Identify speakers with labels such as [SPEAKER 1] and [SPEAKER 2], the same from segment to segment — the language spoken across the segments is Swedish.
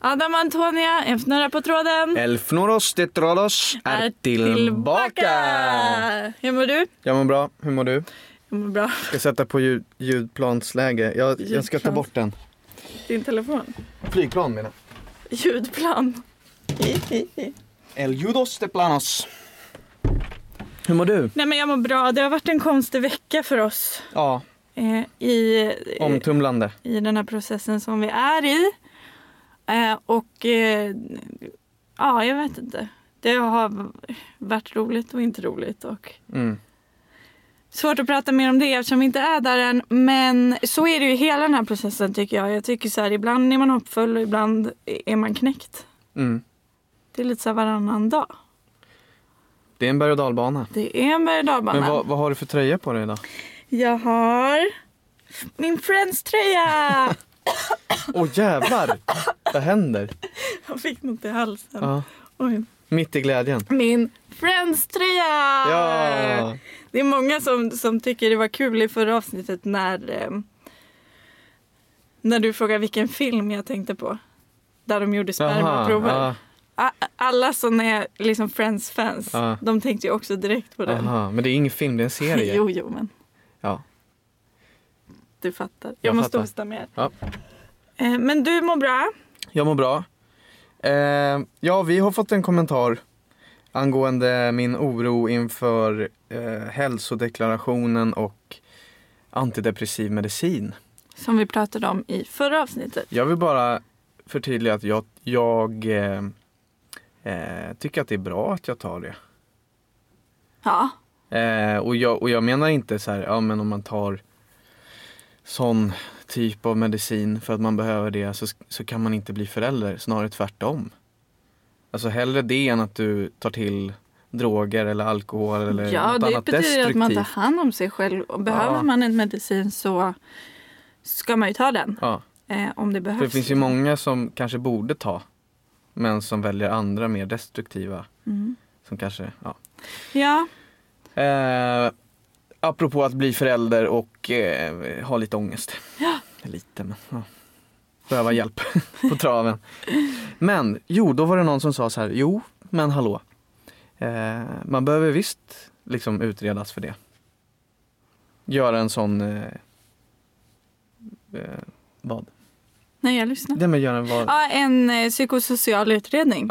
[SPEAKER 1] Adam och Antonia, en fnurra på tråden.
[SPEAKER 2] Elfnoros tetralos är tillbaka!
[SPEAKER 1] Hur mår du?
[SPEAKER 2] Jag mår bra, hur mår du?
[SPEAKER 1] Jag mår bra.
[SPEAKER 2] Jag ska sätta på ljud, ljudplansläge. Jag, jag ska ta
[SPEAKER 1] Ljudplans.
[SPEAKER 2] bort den.
[SPEAKER 1] Din telefon.
[SPEAKER 2] Flygplan menar
[SPEAKER 1] Ljudplan.
[SPEAKER 2] jag. El judos teplanos. Hur mår du?
[SPEAKER 1] Nej men jag mår bra. Det har varit en konstig vecka för oss
[SPEAKER 2] Ja,
[SPEAKER 1] eh, i, eh,
[SPEAKER 2] omtumlande.
[SPEAKER 1] i den här processen som vi är i. Eh, och eh, ja, jag vet inte. Det har varit roligt och inte roligt. Och
[SPEAKER 2] Mm.
[SPEAKER 1] Svårt att prata mer om det eftersom vi inte är där än. Men så är det ju hela den här processen tycker jag. Jag tycker så här, ibland är man hoppfull och ibland är man knäckt.
[SPEAKER 2] Mm.
[SPEAKER 1] Det är lite så här varannan dag.
[SPEAKER 2] Det är en berg och dalbana.
[SPEAKER 1] Det är en berg och dalbana.
[SPEAKER 2] Men vad, vad har du för tröja på dig idag?
[SPEAKER 1] Jag har min Friends-tröja!
[SPEAKER 2] Åh jävlar! Vad händer?
[SPEAKER 1] jag fick något i halsen.
[SPEAKER 2] Ja.
[SPEAKER 1] Oj.
[SPEAKER 2] Mitt i glädjen.
[SPEAKER 1] Min Friends-tröja!
[SPEAKER 2] Ja!
[SPEAKER 1] Det är många som, som tycker det var kul i förra avsnittet när, eh, när du frågade vilken film jag tänkte på. Där de gjorde spermaprover.
[SPEAKER 2] aha,
[SPEAKER 1] A- Alla som är liksom Friends-fans,
[SPEAKER 2] Ja.
[SPEAKER 1] de tänkte ju också direkt på den.
[SPEAKER 2] aha. Men det är ingen film, det är en serie.
[SPEAKER 1] jo, jo, men
[SPEAKER 2] Ja.
[SPEAKER 1] du fattar. Jag,
[SPEAKER 2] Jag
[SPEAKER 1] måste
[SPEAKER 2] fattar.
[SPEAKER 1] hosta mer.
[SPEAKER 2] Ja.
[SPEAKER 1] Eh, men du mår bra.
[SPEAKER 2] Jag mår bra. Eh, ja, vi har fått en kommentar angående min oro inför eh, hälsodeklarationen och antidepressiv medicin.
[SPEAKER 1] Som vi pratade om i förra avsnittet.
[SPEAKER 2] Jag vill bara förtydliga att jag, jag eh, eh, tycker att det är bra att jag tar det.
[SPEAKER 1] Ja,
[SPEAKER 2] Eh, och, jag, och jag menar inte så här, ja men om man tar sån typ av medicin för att man behöver det så, så kan man inte bli förälder, snarare tvärtom. Alltså hellre det än att du tar till droger eller alkohol eller
[SPEAKER 1] ja
[SPEAKER 2] något
[SPEAKER 1] det
[SPEAKER 2] annat
[SPEAKER 1] betyder
[SPEAKER 2] destruktivt.
[SPEAKER 1] att man tar hand om sig själv. Och behöver
[SPEAKER 2] Ja.
[SPEAKER 1] man en medicin så ska man ju ta den.
[SPEAKER 2] Ja,
[SPEAKER 1] Eh, om det behövs.
[SPEAKER 2] för det finns ju många som kanske borde ta men som väljer andra mer destruktiva
[SPEAKER 1] Mm.
[SPEAKER 2] som kanske, ja.
[SPEAKER 1] Ja,
[SPEAKER 2] Eh, apropå att bli förälder och eh, ha lite ångest. Lite men ja. Behöva hjälp på traven. Men jo, då var det någon som sa så här, jo men hallå. Eh, man behöver visst liksom utredas för det. Göra en sån... Eh, eh, vad?
[SPEAKER 1] nej jag lyssnar.
[SPEAKER 2] Det med göra en vad? Ja.
[SPEAKER 1] Ja, en eh, psykosocial utredning.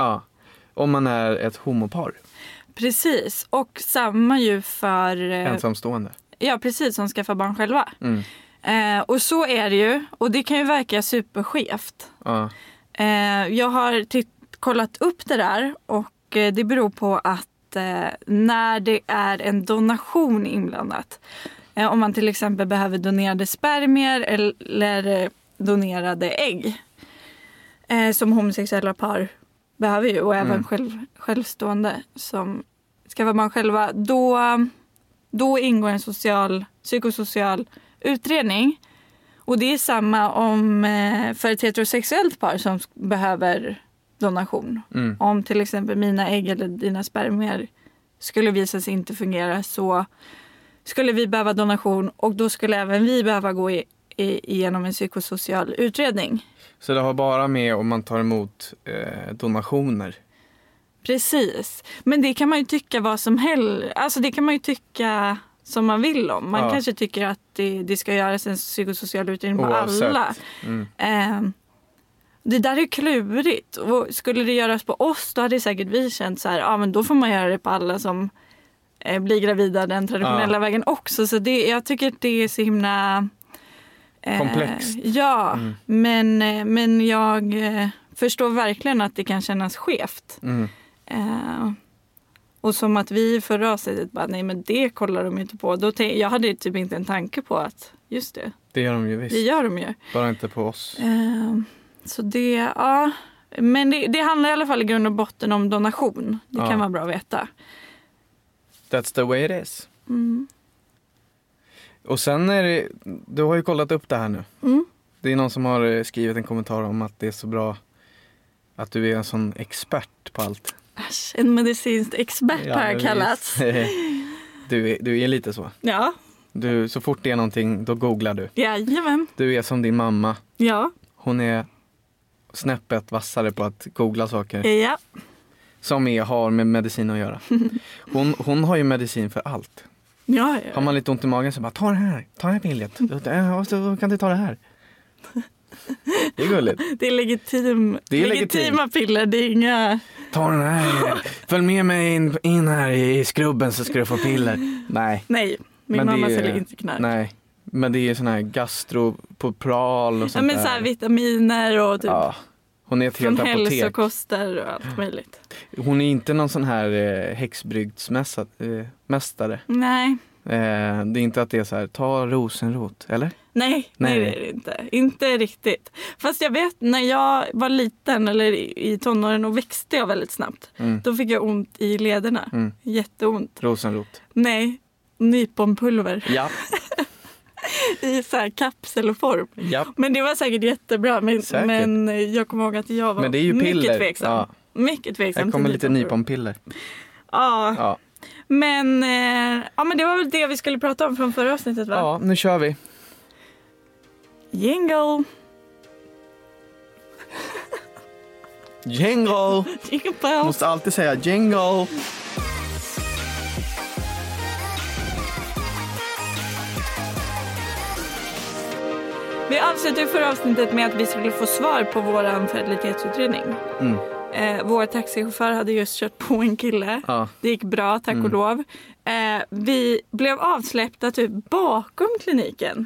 [SPEAKER 2] Om man är ett homopar,
[SPEAKER 1] Precis, och samma ju för eh,
[SPEAKER 2] ensamstående.
[SPEAKER 1] ja, precis, som skaffar barn själva.
[SPEAKER 2] Mm.
[SPEAKER 1] Eh, och så är det ju, och det kan ju verka superskevt.
[SPEAKER 2] Ja.
[SPEAKER 1] Eh, jag har titt- kollat upp det där och eh, det beror på att eh, när det är en donation inblandat, eh, om man till exempel behöver donerade spermier eller eh, donerade ägg, eh, som homosexuella par behöver ju och även
[SPEAKER 2] Mm.
[SPEAKER 1] själv, självstående som skaffar barn själva, då, då ingår en social, psykosocial utredning. Och det är samma om eh, för ett heterosexuellt par som sk- behöver donation.
[SPEAKER 2] Mm.
[SPEAKER 1] Om till exempel mina ägg eller dina spermier skulle visa sig inte fungera så skulle vi behöva donation och då skulle även vi behöva gå i, i, igenom en psykosocial utredning.
[SPEAKER 2] Så det har bara med om man tar emot eh, donationer
[SPEAKER 1] Precis. Men det kan man ju tycka vad som helst. Alltså det kan man ju tycka som man vill om. Man
[SPEAKER 2] Ja.
[SPEAKER 1] kanske tycker att det, det ska göras en psykosocial utredning på
[SPEAKER 2] Oavsett.
[SPEAKER 1] alla.
[SPEAKER 2] Mm.
[SPEAKER 1] Ehm, det där är ju klurigt. Och skulle det göras på oss då hade säkert vi känt så här, ja men då får man göra det på alla som eh, blir gravida den traditionella
[SPEAKER 2] Ja.
[SPEAKER 1] vägen också. Så det, jag tycker att det är så himla... eh,
[SPEAKER 2] Komplext.
[SPEAKER 1] Ja,
[SPEAKER 2] Mm.
[SPEAKER 1] men, eh, men jag eh, förstår verkligen att det kan kännas skevt.
[SPEAKER 2] Mm.
[SPEAKER 1] Eh, och som att vi i förra avsnittet bara, nej men det kollar de ju inte på. Då tänk, jag hade ju typ inte en tanke på att, just det,
[SPEAKER 2] Det gör de ju visst.
[SPEAKER 1] det gör de ju.
[SPEAKER 2] Bara inte på oss.
[SPEAKER 1] Eh, så det, ja. Men det, det handlar i alla fall i grund och botten om donation. Det
[SPEAKER 2] Ja.
[SPEAKER 1] kan vara bra att veta.
[SPEAKER 2] That's the way it is.
[SPEAKER 1] Mm.
[SPEAKER 2] Och sen är det, du har ju kollat upp det här nu.
[SPEAKER 1] Mm.
[SPEAKER 2] Det är någon som har eh, skrivit en kommentar om att det är så bra att du är en sån expert på allt.
[SPEAKER 1] Äsch, en medicinsk expert har jag
[SPEAKER 2] visst.
[SPEAKER 1] kallats.
[SPEAKER 2] Du är, du är lite så.
[SPEAKER 1] Ja,
[SPEAKER 2] Du, så fort det är någonting, då googlar du.
[SPEAKER 1] jajamän.
[SPEAKER 2] Du är som din mamma.
[SPEAKER 1] Ja,
[SPEAKER 2] Hon är snäppet vassare på att googla saker
[SPEAKER 1] Ja.
[SPEAKER 2] som är, har med medicin att göra. Hon, hon har ju medicin för allt.
[SPEAKER 1] Ja,
[SPEAKER 2] Har
[SPEAKER 1] ja.
[SPEAKER 2] man lite ont i magen så bara ta det här, ta det här pillret, Ja, och så kan du ta det här. Det är gulligt.
[SPEAKER 1] Det är, legitim,
[SPEAKER 2] Det är legitim.
[SPEAKER 1] legitima piller. Det är inga...
[SPEAKER 2] Ta den här, följ med mig in, in här i skrubben så ska du få piller. Nej.
[SPEAKER 1] Nej, min
[SPEAKER 2] Men det
[SPEAKER 1] mamma
[SPEAKER 2] är-
[SPEAKER 1] säljer inte knark.
[SPEAKER 2] Nej, men det är sån här gastropopral och
[SPEAKER 1] ja,
[SPEAKER 2] sånt
[SPEAKER 1] men så här, vitaminer och typ
[SPEAKER 2] ja. Hon är ett
[SPEAKER 1] från
[SPEAKER 2] helt apotek.
[SPEAKER 1] hälsokoster och allt möjligt.
[SPEAKER 2] Hon är inte någon sån här eh, häxbrygdsmästare.
[SPEAKER 1] Nej,
[SPEAKER 2] Eh, det är inte att det är så här, ta rosenrot, eller?
[SPEAKER 1] nej, nej,
[SPEAKER 2] Nej.
[SPEAKER 1] det är det inte. Inte riktigt. Fast jag vet när jag var liten eller i i tonåren och växte jag väldigt snabbt.
[SPEAKER 2] Mm.
[SPEAKER 1] Då fick jag ont i lederna.
[SPEAKER 2] Mm.
[SPEAKER 1] Jätteont.
[SPEAKER 2] Rosenrot.
[SPEAKER 1] Nej, nyponpulver
[SPEAKER 2] Ja,
[SPEAKER 1] i så här kapselform.
[SPEAKER 2] ja.
[SPEAKER 1] Men det var säkert jättebra. Men,
[SPEAKER 2] Säkert.
[SPEAKER 1] men jag kommer ihåg att jag var
[SPEAKER 2] Men det är ju piller.
[SPEAKER 1] mycket tveksam.
[SPEAKER 2] Ja.
[SPEAKER 1] Mycket tveksam.
[SPEAKER 2] Här kommer
[SPEAKER 1] till
[SPEAKER 2] lite
[SPEAKER 1] nyponpulver.
[SPEAKER 2] nyponpiller.
[SPEAKER 1] Ja,
[SPEAKER 2] Ja.
[SPEAKER 1] men, eh, ja, men det var väl det vi skulle prata om från förra avsnittet va?
[SPEAKER 2] ja, nu kör vi.
[SPEAKER 1] Jingle!
[SPEAKER 2] Jingle!
[SPEAKER 1] Jingle bells.
[SPEAKER 2] Måste alltid säga jingle.
[SPEAKER 1] Vi avslutade ju förra avsnittet med att vi skulle få svar på vår fertilitetsutredning.
[SPEAKER 2] Mm.
[SPEAKER 1] Eh, vår taxichaufför hade just kört på en kille.
[SPEAKER 2] Ja.
[SPEAKER 1] Det gick bra, tack och lov. Eh, vi blev avsläppta typ bakom kliniken.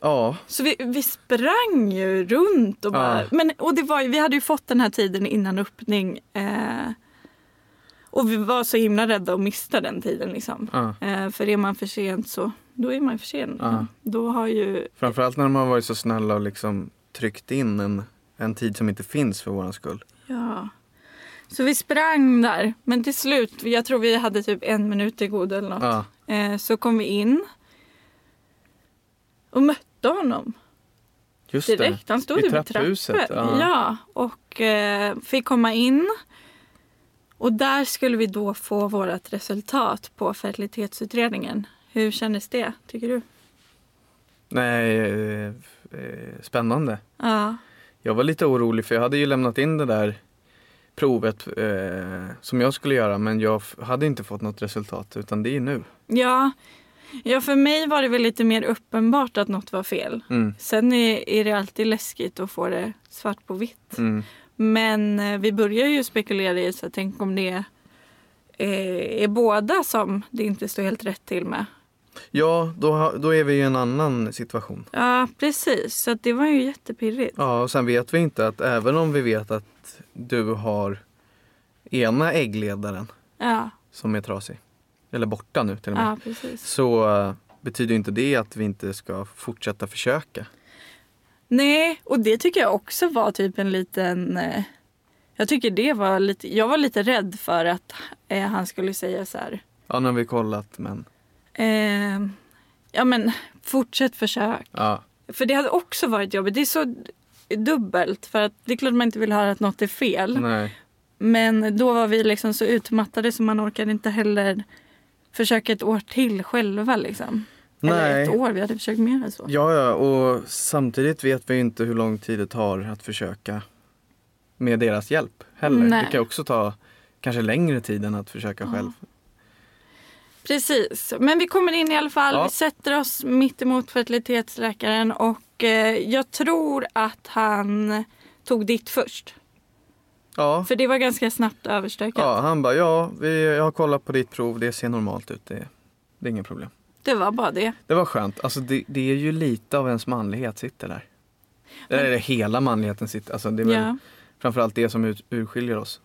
[SPEAKER 2] ja,
[SPEAKER 1] Så vi, vi sprang ju runt och bara...
[SPEAKER 2] Ja.
[SPEAKER 1] Men, och det var, ju- vi hade ju fått den här tiden innan öppning. Eh, och vi var så himla rädda att missa den tiden liksom.
[SPEAKER 2] ja.
[SPEAKER 1] Eh, för är man för sent så då är man för sen. Liksom. Då har ju...
[SPEAKER 2] Framförallt när de har varit så snälla och liksom tryckt in en, en tid som inte finns för våran skull.
[SPEAKER 1] Ja. Så vi sprang där. Men till slut, jag tror vi hade typ en minut i god eller något.
[SPEAKER 2] Ja.
[SPEAKER 1] Eh, så kom vi in. Och mötte honom.
[SPEAKER 2] Just det.
[SPEAKER 1] direkt. Han stod
[SPEAKER 2] I
[SPEAKER 1] ju vid
[SPEAKER 2] trapphuset,
[SPEAKER 1] trappen.
[SPEAKER 2] ja.
[SPEAKER 1] Ja, och eh, fick komma in. Och där skulle vi då få vårt resultat på fertilitetsutredningen. Hur kändes det, tycker du?
[SPEAKER 2] Nej, eh, eh, spännande.
[SPEAKER 1] Ja,
[SPEAKER 2] Jag var lite orolig för jag hade ju lämnat in det där provet eh, som jag skulle göra men jag f- hade inte fått något resultat utan det är nu.
[SPEAKER 1] ja. ja för mig var det väl lite mer uppenbart att något var fel.
[SPEAKER 2] Mm,
[SPEAKER 1] Sen är, är det alltid läskigt att få det svart på vitt.
[SPEAKER 2] mm,
[SPEAKER 1] Men eh, vi börjar ju spekulera i så här, tänk om det eh, är båda som det inte står helt rätt till med.
[SPEAKER 2] Ja, då, ha- då är vi i en annan situation.
[SPEAKER 1] Ja, precis. Så att det var ju jättepirrigt.
[SPEAKER 2] Ja, och sen vet vi inte att även om vi vet att du har ena äggledaren
[SPEAKER 1] Ja,
[SPEAKER 2] som är trasig, eller borta nu till och med,
[SPEAKER 1] ja precis.
[SPEAKER 2] så eh, betyder inte det att vi inte ska fortsätta försöka.
[SPEAKER 1] Nej, och det tycker jag också var typ en liten... eh, Jag tycker det var lite... Jag var lite rädd för att eh, han skulle säga så här...
[SPEAKER 2] Ja, nu har vi kollat men
[SPEAKER 1] Eh, ja, men fortsätt försök.
[SPEAKER 2] ja,
[SPEAKER 1] För det hade också varit jobbigt. Det är så dubbelt. För att det är klart man inte vill höra att något är fel.
[SPEAKER 2] nej.
[SPEAKER 1] Men då var vi liksom så utmattade så man orkade inte heller försöka ett år till själva. Liksom. Eller ett
[SPEAKER 2] Nej,
[SPEAKER 1] år, vi hade försökt mer än så.
[SPEAKER 2] Ja, ja, och samtidigt vet vi ju inte hur lång tid det tar att försöka med deras hjälp heller.
[SPEAKER 1] Nej.
[SPEAKER 2] Det kan också ta kanske längre tid än att försöka själv.
[SPEAKER 1] Precis, men vi kommer in i alla fall.
[SPEAKER 2] Ja.
[SPEAKER 1] Vi sätter oss mitt emot fertilitetsläkaren och eh, jag tror att han tog ditt först.
[SPEAKER 2] Ja,
[SPEAKER 1] För det var ganska snabbt överstökat.
[SPEAKER 2] ja han bara, ja, vi, jag har kollat på ditt prov, det ser normalt ut, det, det är inga problem.
[SPEAKER 1] Det var bara det.
[SPEAKER 2] Det var skönt, alltså det, det är ju lite av ens manlighet sitter där. Eller hela manligheten sitter, alltså det är väl
[SPEAKER 1] Ja.
[SPEAKER 2] framförallt det som ut, urskiljer oss.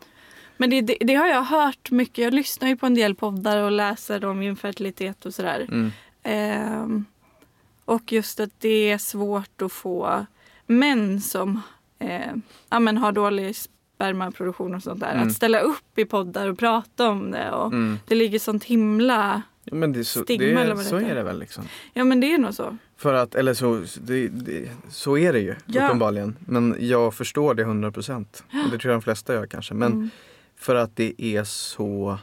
[SPEAKER 1] Men det, det, det har jag hört mycket. Jag lyssnar ju på en del poddar och läser om infertilitet och sådär.
[SPEAKER 2] Mm.
[SPEAKER 1] Ehm, och just att det är svårt att få män som eh, ja, men har dålig spermaproduktion och sånt där
[SPEAKER 2] Mm.
[SPEAKER 1] att ställa upp i poddar och prata om det. Och
[SPEAKER 2] Mm.
[SPEAKER 1] Det ligger sånt himla...
[SPEAKER 2] Ja, Men det, är så,
[SPEAKER 1] Stigma
[SPEAKER 2] det,
[SPEAKER 1] eller
[SPEAKER 2] är-
[SPEAKER 1] vad det
[SPEAKER 2] så
[SPEAKER 1] heter.
[SPEAKER 2] är det väl liksom.
[SPEAKER 1] Ja men det är nog så.
[SPEAKER 2] För att, eller så, det, det, så är det ju
[SPEAKER 1] Ja.
[SPEAKER 2] uppenbarligen. Men jag förstår det 100 procent. Det tror jag de flesta gör kanske. Men
[SPEAKER 1] Mm.
[SPEAKER 2] för att det är så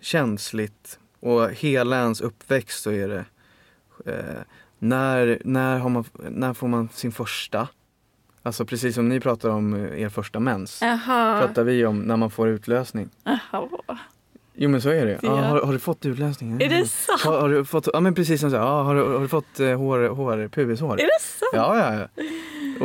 [SPEAKER 2] känsligt och hela ens uppväxt så är det eh, när, när, har man, när får man sin första? Alltså precis som ni pratar om eh, er första mens.
[SPEAKER 1] Jaha.
[SPEAKER 2] Pratar vi om när man får utlösning.
[SPEAKER 1] Jaha.
[SPEAKER 2] Jo men så är det. Ja.
[SPEAKER 1] Ja.
[SPEAKER 2] har, har du fått
[SPEAKER 1] Är
[SPEAKER 2] utlösning? Ja.
[SPEAKER 1] det sant?
[SPEAKER 2] Har, har du fått, ja men precis som så här, ja, har, du, har du fått eh, hår, hår, pubishår?
[SPEAKER 1] Är det sant?
[SPEAKER 2] Ja, ja, ja.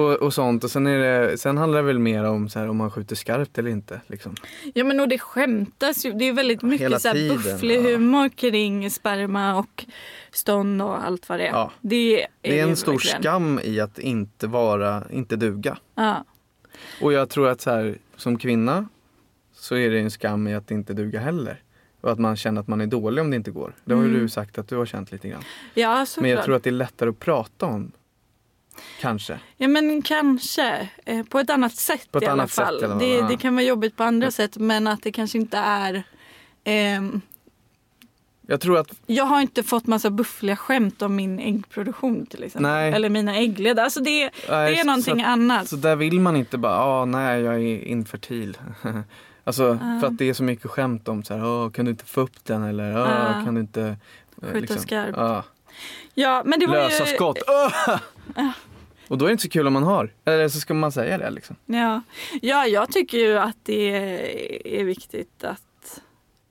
[SPEAKER 2] Och, och sånt. Och sen, är det, sen handlar det väl mer om så här, om man skjuter skarpt eller inte. Liksom.
[SPEAKER 1] Ja men och det skämtas ju. Det är väldigt
[SPEAKER 2] hela
[SPEAKER 1] mycket så här
[SPEAKER 2] tiden,
[SPEAKER 1] bufflig
[SPEAKER 2] ja.
[SPEAKER 1] humor kring sperma och stånd och allt vad det är.
[SPEAKER 2] Ja.
[SPEAKER 1] Det, är
[SPEAKER 2] Det är
[SPEAKER 1] ju
[SPEAKER 2] en stor
[SPEAKER 1] verkligen-
[SPEAKER 2] skam i att inte vara, inte duga.
[SPEAKER 1] Ja.
[SPEAKER 2] Och jag tror att så här, som kvinna så är det en skam i att inte duga heller. Och att man känner att man är dålig om det inte går. Det har ju
[SPEAKER 1] Mm.
[SPEAKER 2] du sagt att du har känt lite grann.
[SPEAKER 1] Ja, såklart.
[SPEAKER 2] Men jag tror att det är lättare att prata om. Kanske.
[SPEAKER 1] Ja, men kanske. Eh, På ett annat sätt
[SPEAKER 2] På ett
[SPEAKER 1] i alla
[SPEAKER 2] annat sätt
[SPEAKER 1] fall.
[SPEAKER 2] i alla fall,
[SPEAKER 1] det,
[SPEAKER 2] ja.
[SPEAKER 1] det kan vara jobbigt på andra sätt men att det kanske inte är... ehm,
[SPEAKER 2] Jag tror att,
[SPEAKER 1] jag har inte fått massa buffliga skämt om min äggproduktion till exempel.
[SPEAKER 2] Nej.
[SPEAKER 1] Eller mina äggledare. Alltså det,
[SPEAKER 2] nej,
[SPEAKER 1] det är någonting
[SPEAKER 2] så,
[SPEAKER 1] annat.
[SPEAKER 2] att, så där vill man inte bara, ah, nej jag är infertil. alltså för att det är så mycket skämt om så här, "Ah, kan du inte få upp den eller "Ah,
[SPEAKER 1] Ja.
[SPEAKER 2] kan du inte eh,
[SPEAKER 1] Skjuta skarpt.
[SPEAKER 2] ja.
[SPEAKER 1] ja, men det var
[SPEAKER 2] lösa
[SPEAKER 1] ju, Eh.
[SPEAKER 2] skott. Ah! Och då är det inte så kul om man har. Eller så ska man säga det liksom.
[SPEAKER 1] Ja. ja, jag tycker ju att det är viktigt att...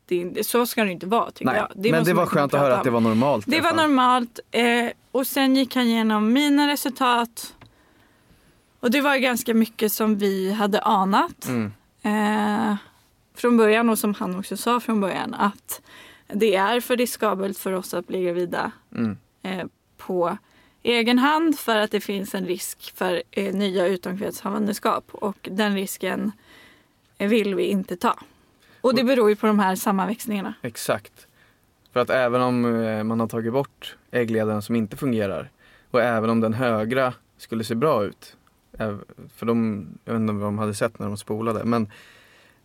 [SPEAKER 1] Det, så ska det inte vara tycker
[SPEAKER 2] Nej.
[SPEAKER 1] jag.
[SPEAKER 2] Men
[SPEAKER 1] måste
[SPEAKER 2] det var
[SPEAKER 1] man kunna
[SPEAKER 2] skönt att
[SPEAKER 1] prata
[SPEAKER 2] höra
[SPEAKER 1] om.
[SPEAKER 2] att det var normalt. i
[SPEAKER 1] Det var
[SPEAKER 2] alla fall.
[SPEAKER 1] normalt. Eh, och sen gick han igenom mina resultat. Och det var ganska mycket som vi hade anat
[SPEAKER 2] Mm.
[SPEAKER 1] eh, från början och som han också sa från början att det är för riskabelt för oss att bli gravida
[SPEAKER 2] Mm.
[SPEAKER 1] eh, på egen hand för att det finns en risk för eh, nya utomkvedshavandeskap och den risken eh, vill vi inte ta. Och det beror ju på de här sammanväxningarna.
[SPEAKER 2] Exakt. För att även om eh, man har tagit bort äggledaren som inte fungerar och även om den högra skulle se bra ut. eh, För de, jag vet inte vad de hade sett när de spolade. Men,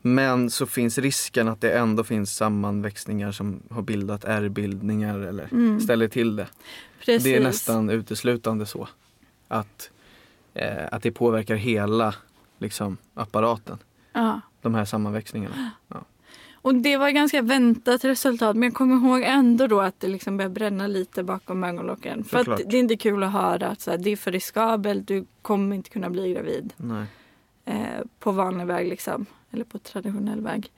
[SPEAKER 2] men så finns risken att det ändå finns sammanväxningar som har bildat ärrbildningar eller
[SPEAKER 1] Mm.
[SPEAKER 2] ställer till det.
[SPEAKER 1] Precis.
[SPEAKER 2] Det är nästan uteslutande så. Att, eh, att det påverkar hela liksom, apparaten.
[SPEAKER 1] Ja.
[SPEAKER 2] De här sammanväxningarna.
[SPEAKER 1] Och det var ganska väntat resultat men jag kommer ihåg ändå då att det liksom började bränna lite bakom ögonlocken. För att
[SPEAKER 2] Såklart.
[SPEAKER 1] det är inte kul att höra att så här, det är för riskabelt, du kommer inte kunna bli gravid
[SPEAKER 2] Nej.
[SPEAKER 1] eh, på vanlig väg liksom. Eller på traditionell väg.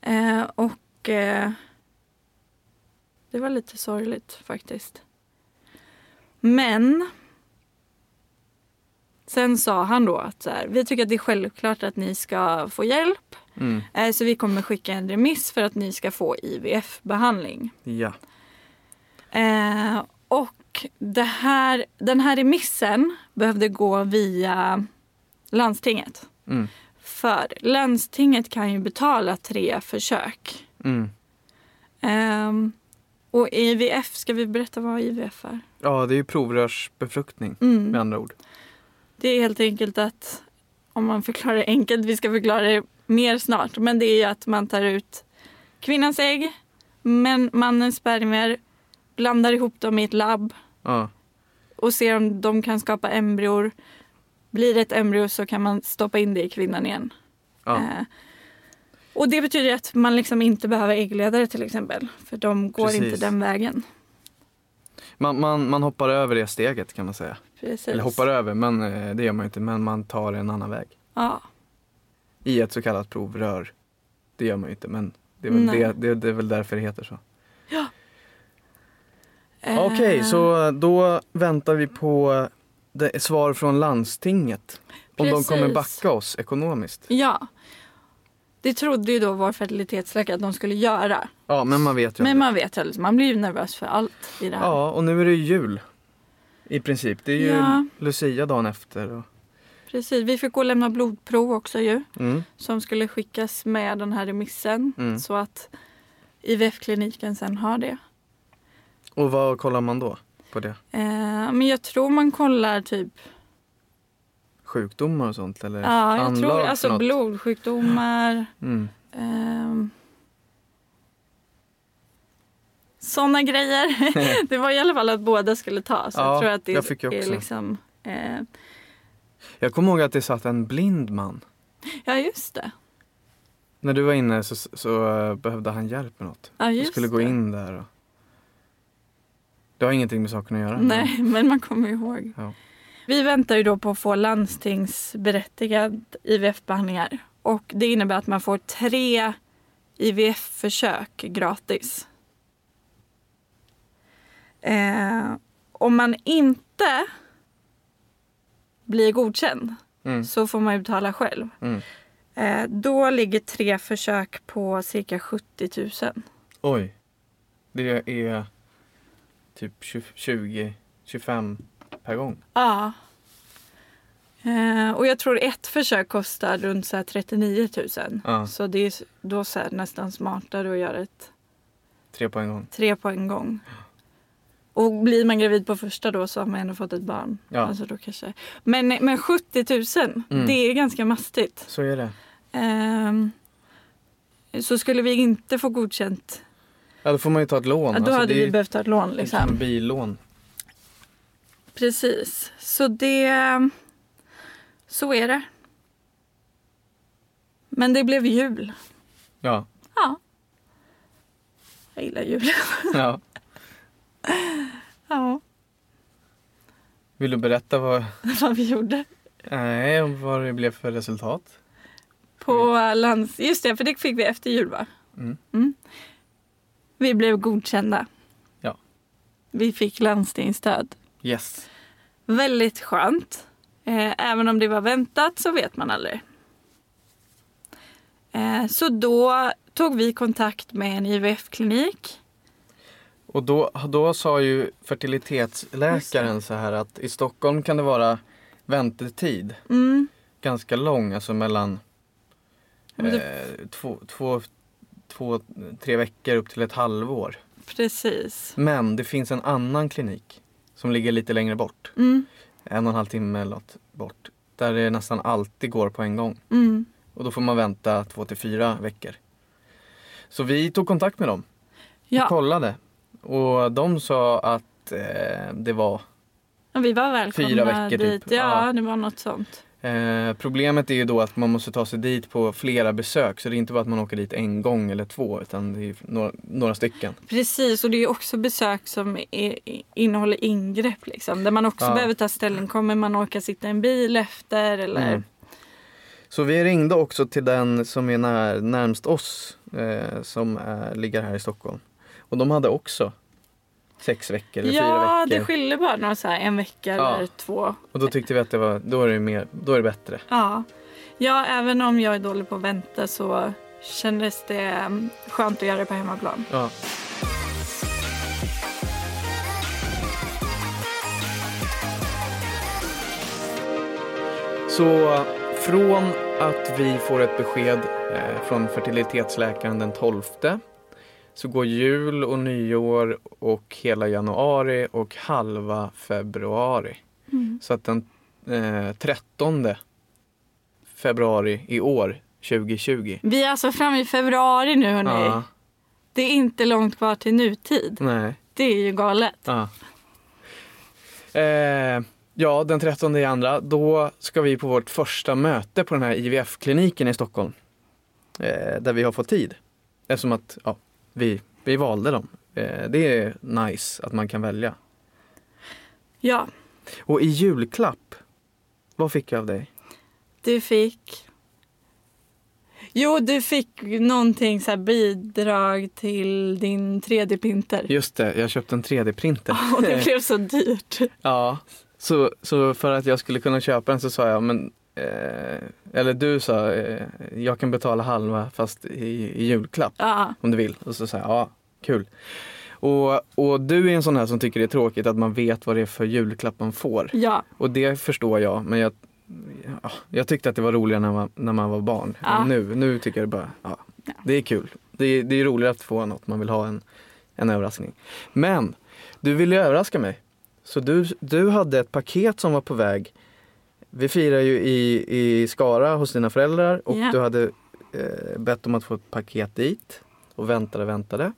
[SPEAKER 1] Eh, och eh, det var lite sorgligt faktiskt. Men sen sa han då att så här, vi tycker att det är självklart att ni ska få hjälp
[SPEAKER 2] Mm.
[SPEAKER 1] Eh, Så vi kommer skicka en remiss för att ni ska få IVF-behandling.
[SPEAKER 2] Ja.
[SPEAKER 1] Eh, Och det här, den här remissen behövde gå via landstinget.
[SPEAKER 2] Mm.
[SPEAKER 1] För landstinget kan ju betala tre försök.
[SPEAKER 2] Mm.
[SPEAKER 1] Ehm, Och IVF, ska vi berätta vad IVF är?
[SPEAKER 2] Ja, det är ju provrörsbefruktning
[SPEAKER 1] Mm.
[SPEAKER 2] med andra ord.
[SPEAKER 1] Det är helt enkelt att, om man förklarar det enkelt, vi ska förklara det mer snart, men det är ju att man tar ut kvinnans ägg, men mannens spermier, blandar ihop dem i ett labb
[SPEAKER 2] Ja.
[SPEAKER 1] och ser om de kan skapa embryon. Blir det ett embryo så kan man stoppa in det i kvinnan igen.
[SPEAKER 2] Ja.
[SPEAKER 1] Eh, och det betyder att man liksom inte behöver äggledare till exempel, för de går
[SPEAKER 2] Precis.
[SPEAKER 1] inte den vägen.
[SPEAKER 2] Man, man, man hoppar över det steget kan man säga.
[SPEAKER 1] Precis.
[SPEAKER 2] Eller hoppar över, men eh, det gör man ju inte. Men man tar en annan väg.
[SPEAKER 1] Ja,
[SPEAKER 2] I ett så kallat provrör. Det gör man ju inte, men det är väl,
[SPEAKER 1] Nej.
[SPEAKER 2] det, det, det är väl därför det heter så.
[SPEAKER 1] Eh,
[SPEAKER 2] Okej, så då väntar vi på det, svar från landstinget. Om
[SPEAKER 1] Precis.
[SPEAKER 2] de kommer backa oss ekonomiskt.
[SPEAKER 1] Ja. Det trodde ju då vår fertilitetsläkare att de skulle göra.
[SPEAKER 2] Ja, men man vet ju
[SPEAKER 1] Men
[SPEAKER 2] aldrig.
[SPEAKER 1] man vet ju aldrig, man blir ju nervös för allt i det här.
[SPEAKER 2] Ja, och nu är det ju jul. I princip. Det är ju
[SPEAKER 1] Ja.
[SPEAKER 2] Lucia dagen efter. Och...
[SPEAKER 1] Precis, vi fick gå och lämna blodprov också ju.
[SPEAKER 2] Mm.
[SPEAKER 1] Som skulle skickas med den här remissen.
[SPEAKER 2] Mm.
[SPEAKER 1] Så att IVF-kliniken sen har det.
[SPEAKER 2] Och vad kollar man då på det?
[SPEAKER 1] Eh, men jag tror man kollar typ,
[SPEAKER 2] Sjukdomar och sånt? Eller
[SPEAKER 1] ja jag
[SPEAKER 2] anlag
[SPEAKER 1] tror
[SPEAKER 2] för
[SPEAKER 1] alltså
[SPEAKER 2] Eh, något?
[SPEAKER 1] blodsjukdomar.
[SPEAKER 2] Mm.
[SPEAKER 1] Ehm, såna grejer. det var i alla fall att båda skulle ta. Så jag
[SPEAKER 2] Ja,
[SPEAKER 1] tror att det
[SPEAKER 2] jag fick ju
[SPEAKER 1] är
[SPEAKER 2] också.
[SPEAKER 1] liksom... Eh,
[SPEAKER 2] Jag kommer ihåg att det satt en blind man.
[SPEAKER 1] ja, just det.
[SPEAKER 2] När du var inne så, så eh, behövde han hjälp med något.
[SPEAKER 1] Ja,
[SPEAKER 2] Du
[SPEAKER 1] just
[SPEAKER 2] skulle gå
[SPEAKER 1] det.
[SPEAKER 2] in där och... Det har ingenting med saken att göra. men-
[SPEAKER 1] Nej, men man kommer ihåg.
[SPEAKER 2] Ja.
[SPEAKER 1] Vi väntar ju då på att få landstingsberättigad IVF-behandlingar. Och det innebär att man får tre IVF-försök gratis. Eh, om man inte blir godkänd
[SPEAKER 2] Mm.
[SPEAKER 1] så får man ju betala själv.
[SPEAKER 2] Mm.
[SPEAKER 1] Eh, då ligger tre försök på cirka 70 000.
[SPEAKER 2] Oj. Det är typ 20-25 per gång.
[SPEAKER 1] Ja. Eh, och jag tror ett försök kostar runt så här 39 000.
[SPEAKER 2] Ja.
[SPEAKER 1] Så det är s- då så här nästan smartare att göra ett
[SPEAKER 2] Tre på en gång.
[SPEAKER 1] tre på en gång. Och blir man gravid på första då så har man ändå fått ett barn.
[SPEAKER 2] Ja.
[SPEAKER 1] Alltså då kanske. men, men 70 000,
[SPEAKER 2] Mm.
[SPEAKER 1] det är ganska mastigt.
[SPEAKER 2] Så är det.
[SPEAKER 1] Ehm, så skulle vi inte få godkänt,
[SPEAKER 2] Ja, då får man ju ta ett lån.
[SPEAKER 1] ja, då
[SPEAKER 2] Alltså,
[SPEAKER 1] hade
[SPEAKER 2] det är
[SPEAKER 1] vi behövt ta ett lån.
[SPEAKER 2] ett
[SPEAKER 1] Liksom.
[SPEAKER 2] billån.
[SPEAKER 1] Precis, så det... Så är det. Men det blev jul.
[SPEAKER 2] Ja.
[SPEAKER 1] Ja. Jag gillar jul.
[SPEAKER 2] ja.
[SPEAKER 1] Ja,
[SPEAKER 2] Vill du berätta vad,
[SPEAKER 1] vad vi gjorde.
[SPEAKER 2] nej, vad det blev för resultat?
[SPEAKER 1] På lands... Just det, för det fick vi efter jul va?
[SPEAKER 2] Mm.
[SPEAKER 1] Vi blev godkända.
[SPEAKER 2] Ja.
[SPEAKER 1] Vi fick landstingsstöd.
[SPEAKER 2] Yes.
[SPEAKER 1] Väldigt skönt. Eh, även om det var väntat så vet man aldrig. Eh, så då tog vi kontakt med en IVF-klinik.
[SPEAKER 2] Och då, då sa ju fertilitetsläkaren så här att i Stockholm kan det vara väntetid
[SPEAKER 1] Mm.
[SPEAKER 2] ganska lång, alltså mellan
[SPEAKER 1] Men det-
[SPEAKER 2] eh, två, två, två, tre veckor upp till ett halvår.
[SPEAKER 1] Precis.
[SPEAKER 2] Men det finns en annan klinik som ligger lite längre bort,
[SPEAKER 1] Mm.
[SPEAKER 2] en och en halv timme eller något bort, där det nästan alltid går på en gång.
[SPEAKER 1] Mm.
[SPEAKER 2] Och då får man vänta två till fyra veckor. Så vi tog kontakt med dem och
[SPEAKER 1] Ja,
[SPEAKER 2] kollade. Och de sa att eh, det var...
[SPEAKER 1] vi var välkomna
[SPEAKER 2] Fyra veckor
[SPEAKER 1] dit.
[SPEAKER 2] typ.
[SPEAKER 1] Ja,
[SPEAKER 2] Ja.
[SPEAKER 1] det var något sånt.
[SPEAKER 2] Eh, problemet är ju då att man måste ta sig dit på flera besök. Så det är inte bara att man åker dit en gång eller två, utan det är några, några stycken.
[SPEAKER 1] Precis, och det är ju också besök som är, innehåller ingrepp. Liksom, där man också
[SPEAKER 2] Ja.
[SPEAKER 1] behöver ta ställning. Kommer man orka sitta i en bil efter? Eller?
[SPEAKER 2] Mm. Så vi ringde också till den som är när, närmst oss, eh, som är, ligger här i Stockholm. Och de hade också sex veckor eller
[SPEAKER 1] ja,
[SPEAKER 2] fyra
[SPEAKER 1] det
[SPEAKER 2] veckor.
[SPEAKER 1] skiljer bara några så här, en vecka
[SPEAKER 2] Ja.
[SPEAKER 1] eller två.
[SPEAKER 2] Och då tyckte vi att det var, då är det, mer, då är det bättre.
[SPEAKER 1] Ja. ja, även om jag är dålig på att vänta så kändes det mm, skönt att göra det på hemmaplan.
[SPEAKER 2] Ja. Så från att vi får ett besked eh, från fertilitetsläkaren den 12 så går jul och nyår och hela januari och halva februari.
[SPEAKER 1] Mm.
[SPEAKER 2] Så att den eh, 13 februari i år, 2020.
[SPEAKER 1] Vi är alltså framme i februari nu hörni.
[SPEAKER 2] Ja,
[SPEAKER 1] Det är inte långt kvar till nutid.
[SPEAKER 2] nej.
[SPEAKER 1] Det är ju galet.
[SPEAKER 2] Ja. Eh, ja, den 13 i andra, då ska vi på vårt första möte på den här IVF-kliniken i Stockholm. Eh, där vi har fått tid. Eftersom att ja, vi, vi valde dem. Eh, det är nice att man kan välja.
[SPEAKER 1] Ja,
[SPEAKER 2] Och i julklapp, vad fick jag av dig?
[SPEAKER 1] Du fick... Jo, du fick någonting så här bidrag till din 3D-printer.
[SPEAKER 2] Just det, jag köpte en 3D-printer.
[SPEAKER 1] Och det blev så dyrt.
[SPEAKER 2] Ja, så, så för att jag skulle kunna köpa den så sa jag, men eh, eller du sa, eh, jag kan betala halva fast i, i julklapp.
[SPEAKER 1] Ja,
[SPEAKER 2] om du vill. Och så säger jag, ja, kul. Och, och du är en sån här som tycker det är tråkigt att man vet vad det är för julklapp man får.
[SPEAKER 1] ja,
[SPEAKER 2] Och det förstår jag, men jag, ja, jag tyckte att det var roligare när man, när man var barn.
[SPEAKER 1] Ja.
[SPEAKER 2] Men Nu, nu tycker jag det bara, ja, det är kul. Det är, det är roligare att få något, man vill ha en, en överraskning. Men, du ville ju överraska mig. Så du, du hade ett paket som var på väg. Vi firar ju i, i Skara hos dina föräldrar och
[SPEAKER 1] Ja.
[SPEAKER 2] du hade eh, bett om att få ett paket dit och väntade väntade.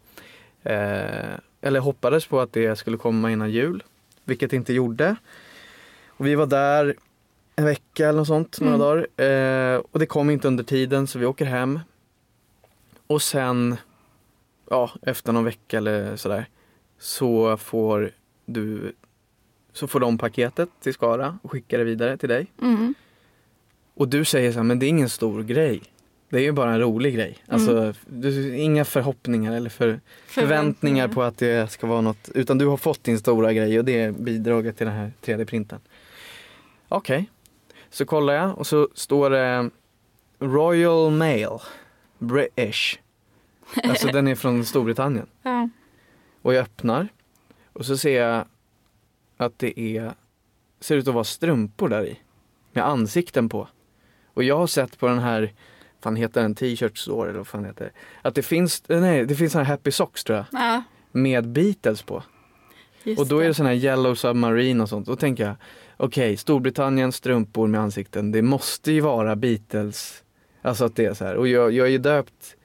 [SPEAKER 2] Eh, eller hoppades på att det skulle komma innan jul, vilket det inte gjorde. Och vi var där en vecka eller något sånt, några
[SPEAKER 1] Mm.
[SPEAKER 2] dagar. Eh, och det kom inte under tiden så vi åker hem. Och sen, ja, efter någon vecka eller sådär, så får du Så får de paketet till Skara och skickar det vidare till dig.
[SPEAKER 1] Mm.
[SPEAKER 2] Och du säger så här, men det är ingen stor grej. Det är ju bara en rolig grej. Alltså, du, inga förhoppningar eller för, förväntningar på att det ska vara något. Utan du har fått din stora grej och det är bidraget till den här 3D-printen. Okej. Så kollar jag och så står det Royal Mail. British. Alltså den är från Storbritannien.
[SPEAKER 1] Ja.
[SPEAKER 2] Och jag öppnar. Och så ser jag att det är, ser ut att vara strumpor där i. Med ansikten på. Och jag har sett på den här, fan heter den, t-shirt store eller vad fan heter det? Att det finns, nej det finns såna här happy socks tror jag.
[SPEAKER 1] ja,
[SPEAKER 2] Med Beatles på.
[SPEAKER 1] just
[SPEAKER 2] Och då är det sån här Yellow Submarine och sånt. Då tänker jag, okej, Storbritannien, strumpor med ansikten. Det måste ju vara Beatles. Alltså att det är så här. Och jag, jag är ju döpt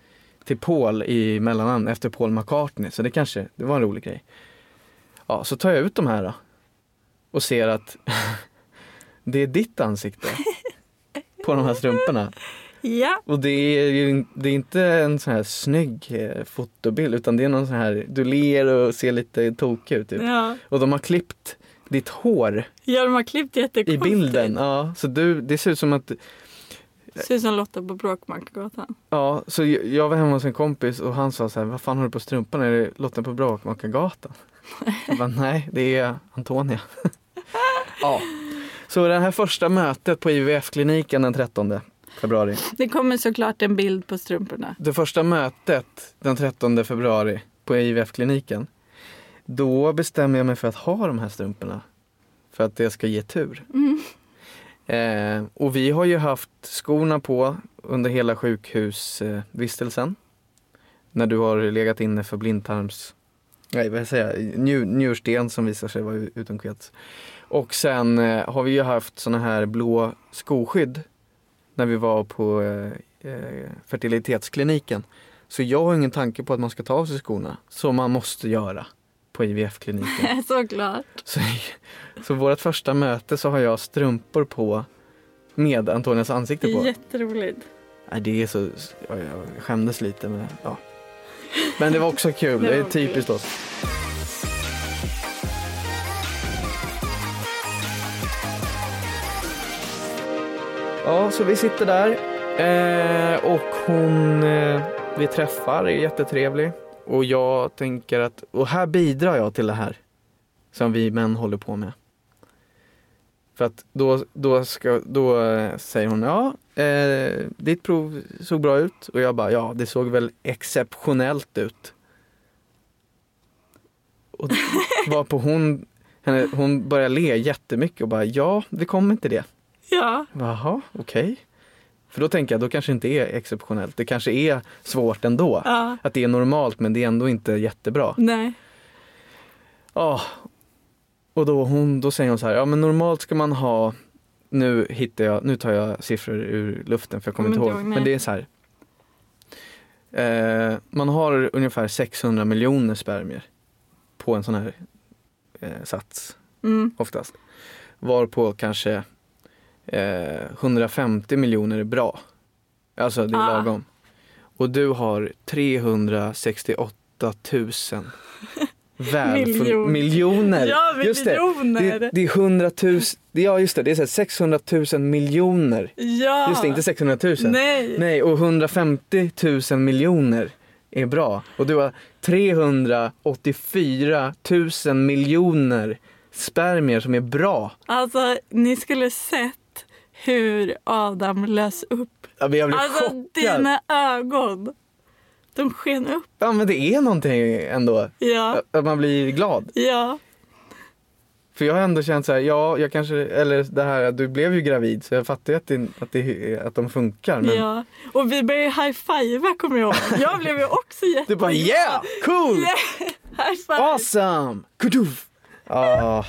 [SPEAKER 2] till Paul i mellannamn efter Paul McCartney. Så det kanske, det var en rolig grej. Ja, så tar jag ut de här då. Och ser att det är ditt ansikte på de här strumporna.
[SPEAKER 1] Ja,
[SPEAKER 2] Och det är ju in- det är inte en sån här snygg eh, fotobild utan det är någon sån här, du ler och ser lite tokig ut. Typ.
[SPEAKER 1] ja.
[SPEAKER 2] Och de har klippt ditt hår
[SPEAKER 1] ja de har klippt
[SPEAKER 2] i
[SPEAKER 1] jättekonstigt.
[SPEAKER 2] bilden. Ja, så du, det ser ut som att,
[SPEAKER 1] Ser ut som Lotta på Bråkmakargatan.
[SPEAKER 2] ja, så jag- jag var hemma hos en kompis och han sa så här, vad fan har du på strumpan? Är det Lotta på Bråkmakargatan? Jag bara, nej, det är Antonia. ja. Så det här första mötet på IVF-kliniken den 13 februari.
[SPEAKER 1] Det kommer såklart en bild på strumporna.
[SPEAKER 2] Det första mötet den 13 februari på IVF-kliniken. Då bestämmer jag mig för att ha de här strumporna. För att det ska ge tur. Eh, och vi har ju haft skorna på under hela sjukhusvistelsen. eh, När du har legat inne för blindtarms... Nej, vad säger jag? Njur, njursten som visar sig vara utomkvets. Och sen eh, har vi ju haft såna här blå skoskydd när vi var på eh, eh, fertilitetskliniken. Så jag har ingen tanke på att man ska ta av sig skorna, som man måste göra på IVF-kliniken.
[SPEAKER 1] såklart.
[SPEAKER 2] Så, så vårt första möte så har jag strumpor på med Antonias ansikte
[SPEAKER 1] Det
[SPEAKER 2] på.
[SPEAKER 1] är jätteroligt.
[SPEAKER 2] Nej, Det är så, jag jag skämdes lite men ja. Men det var också kul,
[SPEAKER 1] Det
[SPEAKER 2] det är
[SPEAKER 1] var
[SPEAKER 2] typiskt oss. Ja, så vi sitter där eh, och hon eh, vi träffar är jättetrevlig och jag tänker att, och här bidrar jag till det här som vi män håller på med. För att då, då, ska, då eh, säger hon ja, eh, ditt prov såg bra ut och jag bara ja, det såg väl exceptionellt ut. Och var på hon, henne, hon börjar le jättemycket och bara ja, det kom inte det.
[SPEAKER 1] Ja,
[SPEAKER 2] Jaha, okej. För då tänker jag, då kanske det inte är exceptionellt. Det kanske är svårt ändå.
[SPEAKER 1] ja.
[SPEAKER 2] Att det är normalt men det är ändå inte jättebra.
[SPEAKER 1] Nej.
[SPEAKER 2] Ja. Ah. Och då, hon, då säger hon så här, ja men normalt ska man ha, nu hittar jag, nu tar jag siffror ur luften för jag kommer inte ihåg,
[SPEAKER 1] nej.
[SPEAKER 2] men det är så här. Eh, man har ungefär 600 miljoner spermier på en sån här eh, sats
[SPEAKER 1] Mm.
[SPEAKER 2] oftast. Varpå kanske eh, 150 miljoner är bra. Alltså det är
[SPEAKER 1] Ah.
[SPEAKER 2] lagom. Och du har 368 000 väl
[SPEAKER 1] Miljon.
[SPEAKER 2] miljoner.
[SPEAKER 1] Ja,
[SPEAKER 2] Just det.
[SPEAKER 1] miljoner!
[SPEAKER 2] Det, det är 100 000, det, ja just det, det är så här 600 000 miljoner.
[SPEAKER 1] ja!
[SPEAKER 2] Just det, inte 600 000.
[SPEAKER 1] Ah. Nej!
[SPEAKER 2] Nej, och 150 000 miljoner är bra. Och du har 384 000 miljoner spermier som är bra.
[SPEAKER 1] Alltså, ni skulle sett hur Adam lös upp.
[SPEAKER 2] Ja, men Jag blir
[SPEAKER 1] Alltså,
[SPEAKER 2] chockad.
[SPEAKER 1] dina ögon! De sken upp.
[SPEAKER 2] Ja, men det är någonting ändå.
[SPEAKER 1] Ja,
[SPEAKER 2] Att- Att man blir glad.
[SPEAKER 1] ja,
[SPEAKER 2] För jag har ändå känt så här, ja, jag kanske, eller det här, att du blev ju gravid så jag fattar ju att, det, att, det, att de funkar. Men
[SPEAKER 1] ja. Och vi började high-fivea kommer jag ihåg. Jag blev ju också jätte...
[SPEAKER 2] du bara yeah, cool,
[SPEAKER 1] High-five.
[SPEAKER 2] awesome, kuduf. Ja,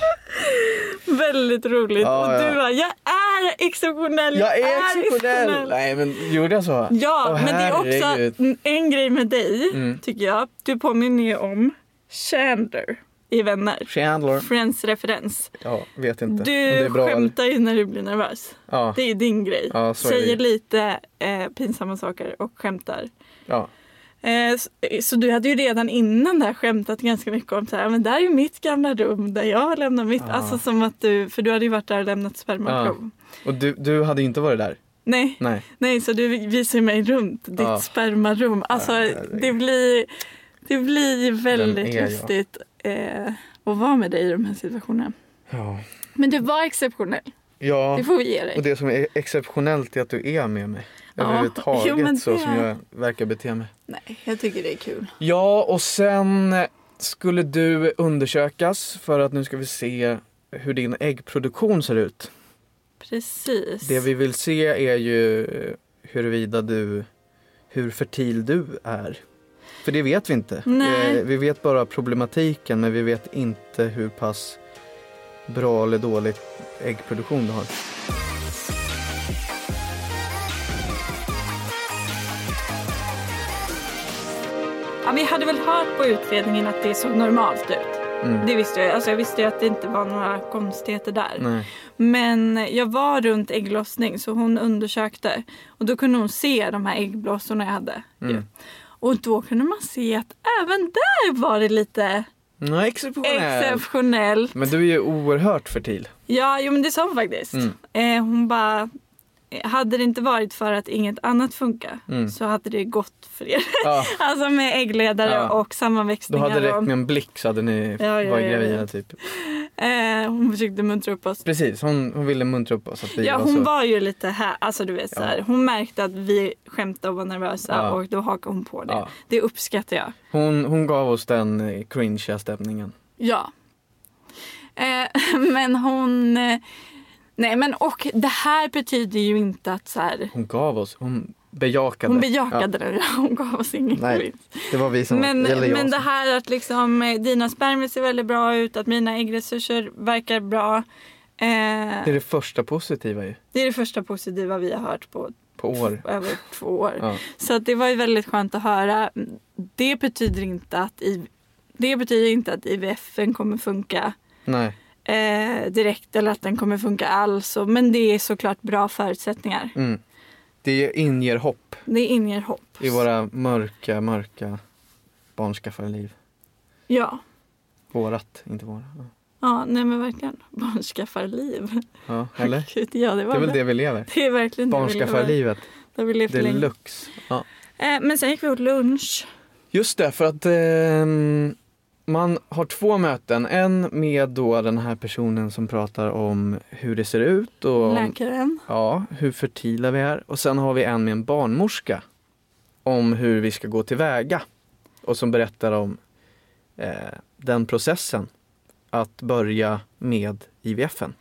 [SPEAKER 1] Väldigt roligt.
[SPEAKER 2] Ja,
[SPEAKER 1] och
[SPEAKER 2] ja.
[SPEAKER 1] du bara, jag är exceptionell!
[SPEAKER 2] jag är exceptionell. Nej men gjorde jag så?
[SPEAKER 1] Ja,
[SPEAKER 2] Åh,
[SPEAKER 1] men det är
[SPEAKER 2] herregud.
[SPEAKER 1] också en- en grej med dig,
[SPEAKER 2] Mm.
[SPEAKER 1] tycker jag. Du påminner ju om Chandler i Vänner.
[SPEAKER 2] Chandler.
[SPEAKER 1] Friends-referens.
[SPEAKER 2] Ja, vet inte. Om det
[SPEAKER 1] Du
[SPEAKER 2] är bra eller-
[SPEAKER 1] skämtar ju när du blir nervös.
[SPEAKER 2] Ja,
[SPEAKER 1] Det är ju din grej.
[SPEAKER 2] Ja, så är det
[SPEAKER 1] Säger
[SPEAKER 2] ju.
[SPEAKER 1] lite eh, pinsamma saker och skämtar.
[SPEAKER 2] ja.
[SPEAKER 1] Eh, så, så du hade ju redan innan det här skämtat ganska mycket om så här, men där är ju mitt gamla rum där jag lämnar mitt.
[SPEAKER 2] Ja.
[SPEAKER 1] Alltså som att du, för du hade ju varit där och lämnat spermaprov.
[SPEAKER 2] Och du, du hade inte varit där?
[SPEAKER 1] Nej,
[SPEAKER 2] Nej.
[SPEAKER 1] nej, så du visar ju mig runt ditt
[SPEAKER 2] Ja.
[SPEAKER 1] spermarum. Alltså
[SPEAKER 2] Ja, herregud.
[SPEAKER 1] det blir, det blir väldigt
[SPEAKER 2] är jag?
[SPEAKER 1] lustigt eh, att vara med dig i de här situationerna.
[SPEAKER 2] Ja.
[SPEAKER 1] Men du var exceptionell,
[SPEAKER 2] ja.
[SPEAKER 1] det får vi ge dig.
[SPEAKER 2] Och det som är exceptionellt är att du är med mig.
[SPEAKER 1] Ja.
[SPEAKER 2] Överhuvudtaget
[SPEAKER 1] Jo, men
[SPEAKER 2] så
[SPEAKER 1] det-
[SPEAKER 2] som jag verkar bete mig.
[SPEAKER 1] Nej, jag tycker det är kul.
[SPEAKER 2] Ja, och sen skulle du undersökas för att nu ska vi se hur din äggproduktion ser ut.
[SPEAKER 1] Precis.
[SPEAKER 2] Det vi vill se är ju huruvida du, hur fertil du är. För det vet vi inte.
[SPEAKER 1] Nej.
[SPEAKER 2] Eh, Vi vet bara problematiken men vi vet inte hur pass bra eller dålig äggproduktion du har.
[SPEAKER 1] Ja, vi hade väl hört på utredningen att det såg normalt ut.
[SPEAKER 2] Mm.
[SPEAKER 1] Det visste jag. Alltså, jag visste ju att det inte var några konstigheter där.
[SPEAKER 2] Nej.
[SPEAKER 1] Men jag var runt ägglossning så hon undersökte. Och då kunde hon se de här äggblåsorna jag hade. ju.
[SPEAKER 2] Mm.
[SPEAKER 1] Och då kunde man se att även där var det lite
[SPEAKER 2] Nej, exceptionellt.
[SPEAKER 1] exceptionellt.
[SPEAKER 2] Men du är ju oerhört fertil.
[SPEAKER 1] Ja, jo, men det sa hon faktiskt.
[SPEAKER 2] Mm.
[SPEAKER 1] Eh, hon bara, hade det inte varit för att inget annat funkar
[SPEAKER 2] Mm.
[SPEAKER 1] så hade det gått för er.
[SPEAKER 2] Ja,
[SPEAKER 1] Alltså med äggledare
[SPEAKER 2] Ja.
[SPEAKER 1] och
[SPEAKER 2] då
[SPEAKER 1] sammanväxningar.
[SPEAKER 2] hade det räckt
[SPEAKER 1] och,
[SPEAKER 2] med en blick så hade ni
[SPEAKER 1] Ja, ja,
[SPEAKER 2] varit
[SPEAKER 1] ja, ja.
[SPEAKER 2] gravida typ.
[SPEAKER 1] eh, hon försökte muntra upp oss.
[SPEAKER 2] Precis, hon, hon ville muntra upp oss att vi
[SPEAKER 1] Ja,
[SPEAKER 2] var
[SPEAKER 1] hon
[SPEAKER 2] så.
[SPEAKER 1] var ju lite här, alltså du vet
[SPEAKER 2] alltså- Ja.
[SPEAKER 1] så här. Hon märkte att vi skämtade och var nervösa
[SPEAKER 2] Ja.
[SPEAKER 1] och då hakade hon på det.
[SPEAKER 2] Ja.
[SPEAKER 1] Det uppskattar jag.
[SPEAKER 2] Hon, hon gav oss den eh, cringea stämningen.
[SPEAKER 1] Ja. Eh, men hon... eh, Nej men och det här betyder ju inte att så här,
[SPEAKER 2] Hon gav oss, hon bejakade.
[SPEAKER 1] hon bejakade den, hon gav oss ingen
[SPEAKER 2] Nej,
[SPEAKER 1] skit.
[SPEAKER 2] Ja, det var vi som
[SPEAKER 1] Men,
[SPEAKER 2] eller jag
[SPEAKER 1] men det
[SPEAKER 2] som-
[SPEAKER 1] här att liksom, eh, dina spermier ser väldigt bra ut, att mina äggresurser verkar bra. Eh,
[SPEAKER 2] Det är det första positiva ju,
[SPEAKER 1] Det är det första positiva vi har hört på
[SPEAKER 2] på år.
[SPEAKER 1] över två år.
[SPEAKER 2] Ja.
[SPEAKER 1] Så att det var ju väldigt skönt att höra. Det betyder inte att, I, det betyder inte att IVF kommer funka
[SPEAKER 2] Nej.
[SPEAKER 1] eh, direkt eller att den kommer funka alls. Och- Men det är såklart bra förutsättningar.
[SPEAKER 2] Mm. Det inger hopp
[SPEAKER 1] Det inger hopp.
[SPEAKER 2] i våra mörka, mörka barnskaffarliv.
[SPEAKER 1] Ja.
[SPEAKER 2] Vårat, inte våra. Ja.
[SPEAKER 1] ja, nej men verkligen. Barn skaffar liv.
[SPEAKER 2] Ja, eller?
[SPEAKER 1] Gud, ja, det, var
[SPEAKER 2] Det är väl det vi lever.
[SPEAKER 1] Det är verkligen
[SPEAKER 2] Barn
[SPEAKER 1] det vi
[SPEAKER 2] skaffar
[SPEAKER 1] lever-
[SPEAKER 2] livet.
[SPEAKER 1] där vi levt länge.
[SPEAKER 2] Deluxe. Ja.
[SPEAKER 1] Eh, men sen gick vi åt lunch.
[SPEAKER 2] Just det, för att ehm, man har två möten. En med då den här personen som pratar om hur det ser ut och om-
[SPEAKER 1] Läkaren.
[SPEAKER 2] ja, hur fertila vi är. Och sen har vi en med en barnmorska om hur vi ska gå tillväga och som berättar om eh, den processen att börja med IVFen.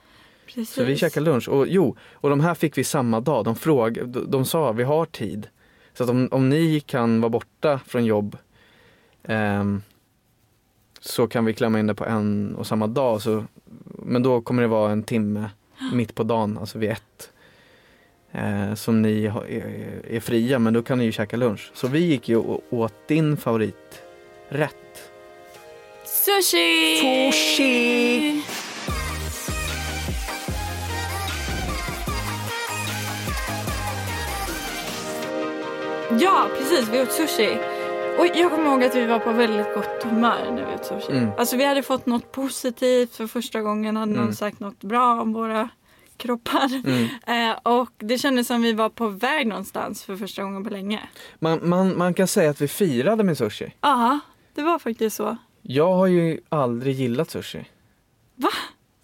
[SPEAKER 1] Precis.
[SPEAKER 2] Så vi käkade lunch. Och jo, och de här fick vi samma dag. De, fråg, de, de sa vi har tid. Så att om, om ni kan vara borta från jobb ehm, så kan vi klämma in det på en och samma dag. Så, men då kommer det vara en timme mitt på dagen, alltså vid ett. Eh, som ni har, är, är fria, men då kan ni ju käka lunch. Så vi gick ju och åt din favoriträtt.
[SPEAKER 1] Sushi!
[SPEAKER 2] Sushi!
[SPEAKER 1] Ja, precis. Vi åt sushi. Och jag kommer ihåg att vi var på väldigt gott humör när vi åt sushi.
[SPEAKER 2] Mm.
[SPEAKER 1] Alltså vi hade fått något positivt för första gången. Hade någon
[SPEAKER 2] Mm.
[SPEAKER 1] sagt något bra om våra kroppar.
[SPEAKER 2] Mm.
[SPEAKER 1] Eh, och det kändes som vi var på väg någonstans för första gången på länge.
[SPEAKER 2] Man, man, man kan säga att vi firade med sushi.
[SPEAKER 1] Ja, det var faktiskt så.
[SPEAKER 2] Jag har ju aldrig gillat sushi.
[SPEAKER 1] Va?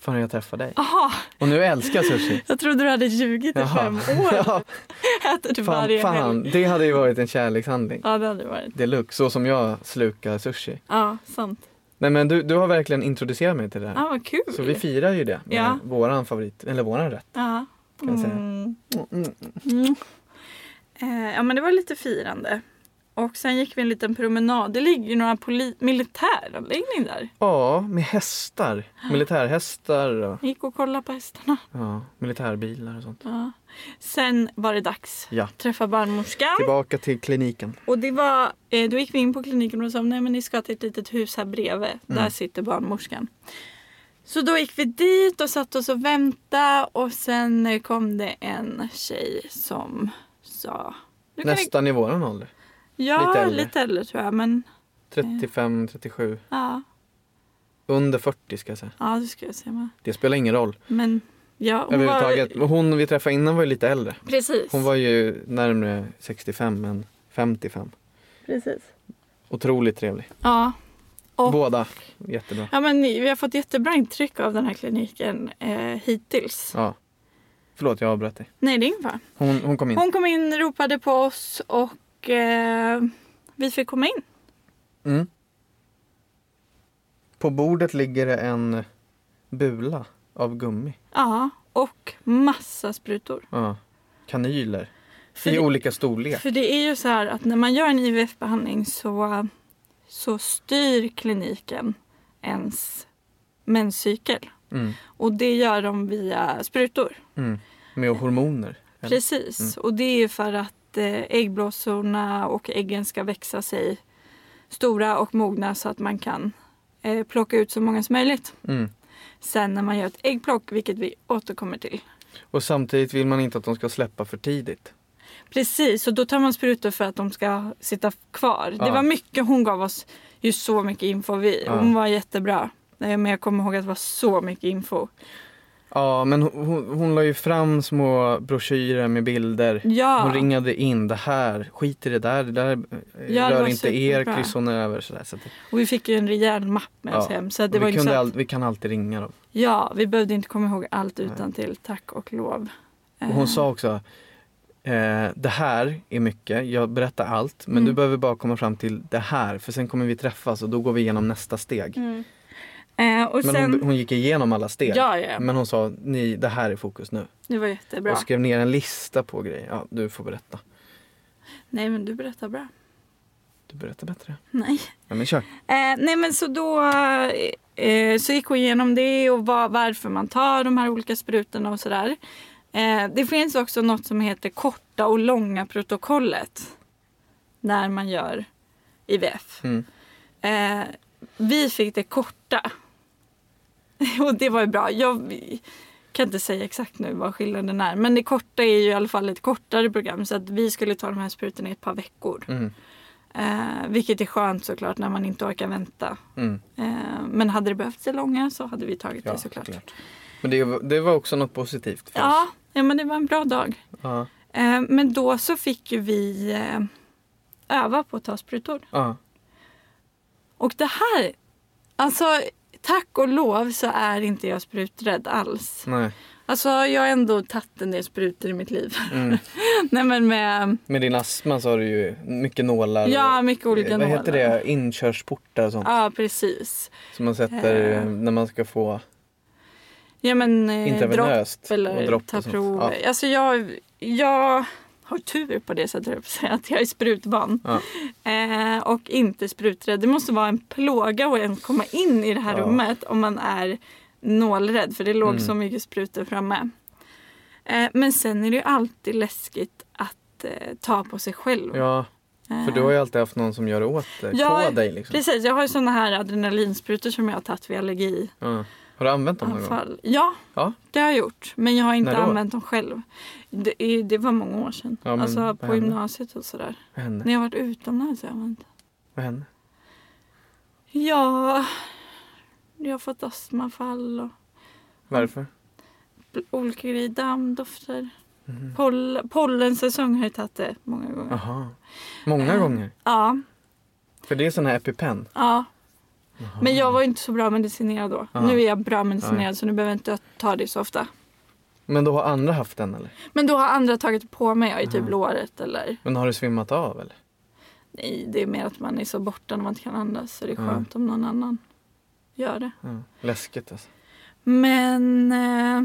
[SPEAKER 2] Förrän jag träffade dig.
[SPEAKER 1] Aha,
[SPEAKER 2] Och nu älskar jag sushi.
[SPEAKER 1] jag trodde du hade ljugit i fem år.
[SPEAKER 2] ja,
[SPEAKER 1] Äter du
[SPEAKER 2] fan,
[SPEAKER 1] varje helg.
[SPEAKER 2] fan, det hade ju varit en kärlekshandling.
[SPEAKER 1] Ja, det hade det varit.
[SPEAKER 2] Deluxe, så som jag slukar sushi.
[SPEAKER 1] Ja, sant.
[SPEAKER 2] Nej men du, du har verkligen introducerat mig till det här.
[SPEAKER 1] Ja, vad kul.
[SPEAKER 2] Så vi firar ju det med
[SPEAKER 1] Ja.
[SPEAKER 2] våran favorit, eller våran rätt.
[SPEAKER 1] Ja.
[SPEAKER 2] Kan jag säga.
[SPEAKER 1] Mm.
[SPEAKER 2] Mm.
[SPEAKER 1] Mm. Eh, ja men det var lite firande. Och sen gick vi en liten promenad. Det ligger ju några poli- militäranläggning där.
[SPEAKER 2] Ja, med hästar. Militärhästar och
[SPEAKER 1] Vi gick och kollade på hästarna.
[SPEAKER 2] ja, militärbilar och sånt.
[SPEAKER 1] Ja. Sen var det dags.
[SPEAKER 2] Ja.
[SPEAKER 1] Träffa barnmorskan.
[SPEAKER 2] Tillbaka till kliniken.
[SPEAKER 1] Och det var, eh, då gick vi in på kliniken och sa nej men ni ska till ett litet hus här bredvid. Där
[SPEAKER 2] Mm.
[SPEAKER 1] sitter barnmorskan. Så då gick vi dit och satt oss och väntade och sen eh, kom det en tjej som sa "Nu kan vi
[SPEAKER 2] Nästan i våran ålder.
[SPEAKER 1] Ja,
[SPEAKER 2] Lite
[SPEAKER 1] lite
[SPEAKER 2] äldre.
[SPEAKER 1] äldre, tror jag. Men
[SPEAKER 2] 35, 37.
[SPEAKER 1] ja,
[SPEAKER 2] Under 40 ska jag säga.
[SPEAKER 1] ja det skulle jag säga med.
[SPEAKER 2] Det spelar ingen roll
[SPEAKER 1] Men ja, hon
[SPEAKER 2] överhuvudtaget. Men Hon vi träffade innan var ju lite äldre.
[SPEAKER 1] var... Precis.
[SPEAKER 2] Hon var ju närmare 65 än 55.
[SPEAKER 1] Precis.
[SPEAKER 2] Otroligt trevlig.
[SPEAKER 1] Ja. Och-
[SPEAKER 2] Båda jättebra.
[SPEAKER 1] ja, men vi har fått jättebra intryck av den här kliniken eh, hittills.
[SPEAKER 2] Ja. Förlåt, jag avbröt dig.
[SPEAKER 1] Nej, det är ingen fara.
[SPEAKER 2] Hon, hon kom in.
[SPEAKER 1] Hon kom in, ropade på oss och eh, vi fick komma in.
[SPEAKER 2] Mm. På bordet ligger det en bula av gummi.
[SPEAKER 1] Ja, och massa sprutor.
[SPEAKER 2] Ja. Kanyler.
[SPEAKER 1] För,
[SPEAKER 2] I
[SPEAKER 1] det-
[SPEAKER 2] olika storlek.
[SPEAKER 1] för det är ju så här att när man gör en IVF-behandling så, så styr kliniken ens menscykel.
[SPEAKER 2] Mm.
[SPEAKER 1] Och det gör de via sprutor.
[SPEAKER 2] Mm. Med hormoner. Eller?
[SPEAKER 1] Precis. Och det är ju för att eh, äggblåsorna och äggen ska växa sig stora och mogna så att man kan eh, plocka ut så många som möjligt.
[SPEAKER 2] Mm.
[SPEAKER 1] Sen när man gör ett äggplock, vilket vi återkommer till.
[SPEAKER 2] Och samtidigt vill man inte att de ska släppa för tidigt.
[SPEAKER 1] Precis, och då tar man sprutor för att de ska sitta kvar.
[SPEAKER 2] Ja.
[SPEAKER 1] Det var mycket hon gav oss, ju så mycket info. Vi,
[SPEAKER 2] Ja.
[SPEAKER 1] Hon var jättebra. Nej, Men jag kommer ihåg att det var så mycket info.
[SPEAKER 2] Ja, men hon, hon, hon la ju fram små broschyrer med bilder.
[SPEAKER 1] Ja,
[SPEAKER 2] Hon ringade in det här, skit i det där, det där eh,
[SPEAKER 1] Ja, det
[SPEAKER 2] rör
[SPEAKER 1] var
[SPEAKER 2] inte er,
[SPEAKER 1] superbra.
[SPEAKER 2] kryssarna över. Sådär. Så att,
[SPEAKER 1] och vi fick ju en rejäl mapp med oss
[SPEAKER 2] Ja.
[SPEAKER 1] hem. Så det var
[SPEAKER 2] vi,
[SPEAKER 1] inte så
[SPEAKER 2] kunde
[SPEAKER 1] att,
[SPEAKER 2] all, vi kan alltid ringa dem.
[SPEAKER 1] Ja, vi behövde inte komma ihåg allt utan till tack och lov.
[SPEAKER 2] Och hon sa också, eh, det här är mycket, jag berättar allt men
[SPEAKER 1] Mm.
[SPEAKER 2] du behöver bara komma fram till det här för sen kommer vi träffas och då går vi igenom nästa steg.
[SPEAKER 1] Mm. Eh, och
[SPEAKER 2] Men
[SPEAKER 1] sen...
[SPEAKER 2] hon, hon gick igenom alla steg.
[SPEAKER 1] ja, ja,
[SPEAKER 2] Men hon sa, Ni, det här är fokus nu.
[SPEAKER 1] det var jättebra.
[SPEAKER 2] Och skrev ner en lista på grejer. Ja, du får berätta.
[SPEAKER 1] Nej, men du berättar bra.
[SPEAKER 2] Du berättar bättre.
[SPEAKER 1] Nej.
[SPEAKER 2] Ja, men kör.
[SPEAKER 1] Eh, nej men så då eh, så gick hon igenom det och vad, varför man tar de här olika sprutorna och sådär. Eh, det finns också något som heter korta och långa protokollet när man gör IVF.
[SPEAKER 2] Mm.
[SPEAKER 1] Eh, vi fick det korta. Och det var ju bra. Jag kan inte säga exakt nu vad skillnaden är. Men det korta är ju i alla fall ett kortare program. Så att vi skulle ta de här sprutorna i ett par veckor.
[SPEAKER 2] Mm,
[SPEAKER 1] Eh, vilket är skönt såklart när man inte orkar vänta.
[SPEAKER 2] mm,
[SPEAKER 1] Eh, men hade det behövts det långa så hade vi tagit
[SPEAKER 2] ja,
[SPEAKER 1] det såklart.
[SPEAKER 2] såklart. Men det, det var också något positivt för oss.
[SPEAKER 1] Ja, ja, men det var en bra dag.
[SPEAKER 2] Ja.
[SPEAKER 1] Eh, men då så fick ju vi eh, öva på att ta sprutor.
[SPEAKER 2] Ja.
[SPEAKER 1] Och det här, alltså tack och lov så är inte jag spruträdd alls.
[SPEAKER 2] Nej.
[SPEAKER 1] Alltså jag har ändå tagit en del sprutor i mitt liv.
[SPEAKER 2] Mm.
[SPEAKER 1] Nej men med,
[SPEAKER 2] Med din astma så har du ju mycket nålar.
[SPEAKER 1] ja
[SPEAKER 2] och,
[SPEAKER 1] mycket olika
[SPEAKER 2] Vad heter
[SPEAKER 1] nålar.
[SPEAKER 2] det? Inkörsportar och sånt.
[SPEAKER 1] Ja precis.
[SPEAKER 2] Som man sätter
[SPEAKER 1] Eh.
[SPEAKER 2] eh, när man ska få
[SPEAKER 1] Ja men eh, dropp
[SPEAKER 2] intravenöst.
[SPEAKER 1] eller ta
[SPEAKER 2] och sånt.
[SPEAKER 1] prover.
[SPEAKER 2] Ja.
[SPEAKER 1] Alltså jag, jag har tur på det sättet, höll jag på att säga, att jag är sprutvan.
[SPEAKER 2] Ja.
[SPEAKER 1] Eh, och inte spruträdd. Det måste vara en plåga att ens komma in i det här
[SPEAKER 2] Ja.
[SPEAKER 1] rummet om man är nålrädd för det låg
[SPEAKER 2] Mm.
[SPEAKER 1] så mycket sprutor framme. Eh, men sen är det ju alltid läskigt att eh, ta på sig själv.
[SPEAKER 2] ja, för du har ju alltid haft någon som gör det åt dig.
[SPEAKER 1] Ja,
[SPEAKER 2] på dig liksom.
[SPEAKER 1] Eh, Precis, jag har ju såna här adrenalinsprutor som jag har tagit vid allergi.
[SPEAKER 2] Ja. Har du använt dem någon gång?
[SPEAKER 1] Anfall. Ja,
[SPEAKER 2] Ja.
[SPEAKER 1] det har jag gjort. Men jag har inte
[SPEAKER 2] När då?
[SPEAKER 1] använt dem själv. Det, är- det var många år sedan.
[SPEAKER 2] Ja, men
[SPEAKER 1] alltså
[SPEAKER 2] vad
[SPEAKER 1] på
[SPEAKER 2] hände?
[SPEAKER 1] gymnasiet och sådär.
[SPEAKER 2] Vad hände?
[SPEAKER 1] När jag varit utomlands har jag använt.
[SPEAKER 2] Vad hände?
[SPEAKER 1] Ja, jag har fått astmafall och
[SPEAKER 2] Varför?
[SPEAKER 1] Mm. bl- olika grejer. Dammdofter.
[SPEAKER 2] Mhm.
[SPEAKER 1] Poll, pollensäsong har jag tagit det många gånger. Ja,
[SPEAKER 2] Jaha. Många
[SPEAKER 1] Eh.
[SPEAKER 2] gånger?
[SPEAKER 1] ja.
[SPEAKER 2] För det är sån här Epipen.
[SPEAKER 1] Men jag var ju inte så bra medicinerad då.
[SPEAKER 2] Ja.
[SPEAKER 1] Nu är jag bra medicinerad så nu behöver jag inte ta det så ofta.
[SPEAKER 2] Men då har andra haft den eller?
[SPEAKER 1] Men då har andra tagit på mig jag i typ
[SPEAKER 2] Ja.
[SPEAKER 1] låret eller
[SPEAKER 2] Men har du svimmat av eller?
[SPEAKER 1] Nej, det är mer att man är så borta när man inte kan andas så det är
[SPEAKER 2] Mm.
[SPEAKER 1] skönt om någon annan gör det.
[SPEAKER 2] Ja. Läskigt alltså.
[SPEAKER 1] Men... Eh,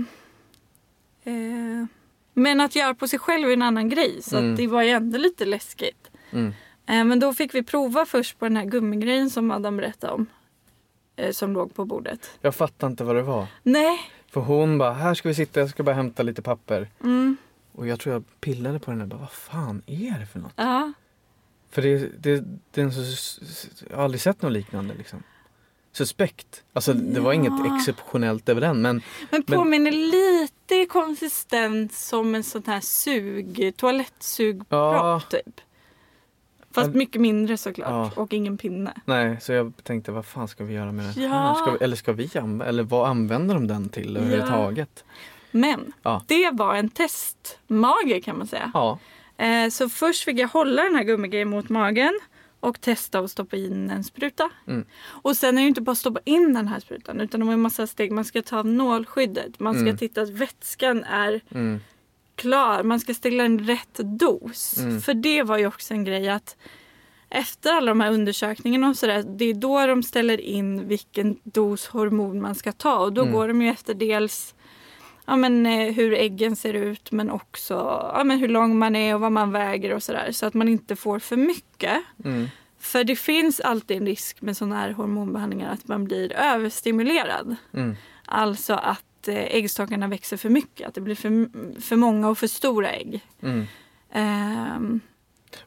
[SPEAKER 1] eh, men att göra på sig själv är en annan grej så
[SPEAKER 2] Mm.
[SPEAKER 1] att det var ju ändå lite läskigt.
[SPEAKER 2] Mm.
[SPEAKER 1] Eh, men då fick vi prova först på den här gummigrejen som Adam berättade om. Eh, som låg på bordet.
[SPEAKER 2] Jag fattar inte vad det var.
[SPEAKER 1] Nej.
[SPEAKER 2] För hon bara, här ska vi sitta, jag ska bara hämta lite papper.
[SPEAKER 1] Mm.
[SPEAKER 2] Och jag tror jag pillade på den där, bara, vad fan är det för något?
[SPEAKER 1] Ja.
[SPEAKER 2] För det, det, det är en så, sus- jag har aldrig sett något liknande liksom. Suspekt. Alltså det var
[SPEAKER 1] Ja.
[SPEAKER 2] inget exceptionellt över den men
[SPEAKER 1] Men
[SPEAKER 2] Men-
[SPEAKER 1] påminner lite i konsistens som en sån här sug, toalettsugpropp
[SPEAKER 2] Ja.
[SPEAKER 1] typ. Fast mycket mindre såklart
[SPEAKER 2] Ja.
[SPEAKER 1] och ingen pinne.
[SPEAKER 2] Nej, så jag tänkte vad fan ska vi göra med den
[SPEAKER 1] Ja.
[SPEAKER 2] här? Ska vi, eller ska vi använda, eller vad använder de den till
[SPEAKER 1] Ja.
[SPEAKER 2] överhuvudtaget?
[SPEAKER 1] Men
[SPEAKER 2] Ja.
[SPEAKER 1] det var en testmage kan man säga.
[SPEAKER 2] Ja.
[SPEAKER 1] Eh, så först fick jag hålla den här gummigrejen mot magen och testa att stoppa in en spruta.
[SPEAKER 2] Mm.
[SPEAKER 1] Och sen är det ju inte bara att stoppa in den här sprutan utan det var en massa steg. Man ska ta av nålskyddet. Man ska
[SPEAKER 2] Mm.
[SPEAKER 1] titta att vätskan är
[SPEAKER 2] Mm.
[SPEAKER 1] klar. Man ska ställa en rätt dos.
[SPEAKER 2] Mm.
[SPEAKER 1] För det var ju också en grej att efter alla de här undersökningarna och sådär, det är då de ställer in vilken dos hormon man ska ta. Och då
[SPEAKER 2] Mm.
[SPEAKER 1] går de ju efter dels ja, men, eh, hur äggen ser ut men också ja, men hur lång man är och vad man väger och sådär. Så att man inte får för mycket.
[SPEAKER 2] Mm.
[SPEAKER 1] För det finns alltid en risk med sådana här hormonbehandlingar att man blir överstimulerad.
[SPEAKER 2] Mm.
[SPEAKER 1] Alltså att eh, äggstokarna växer för mycket, att det blir för, för många och för stora ägg.
[SPEAKER 2] Mm.
[SPEAKER 1] Ehm,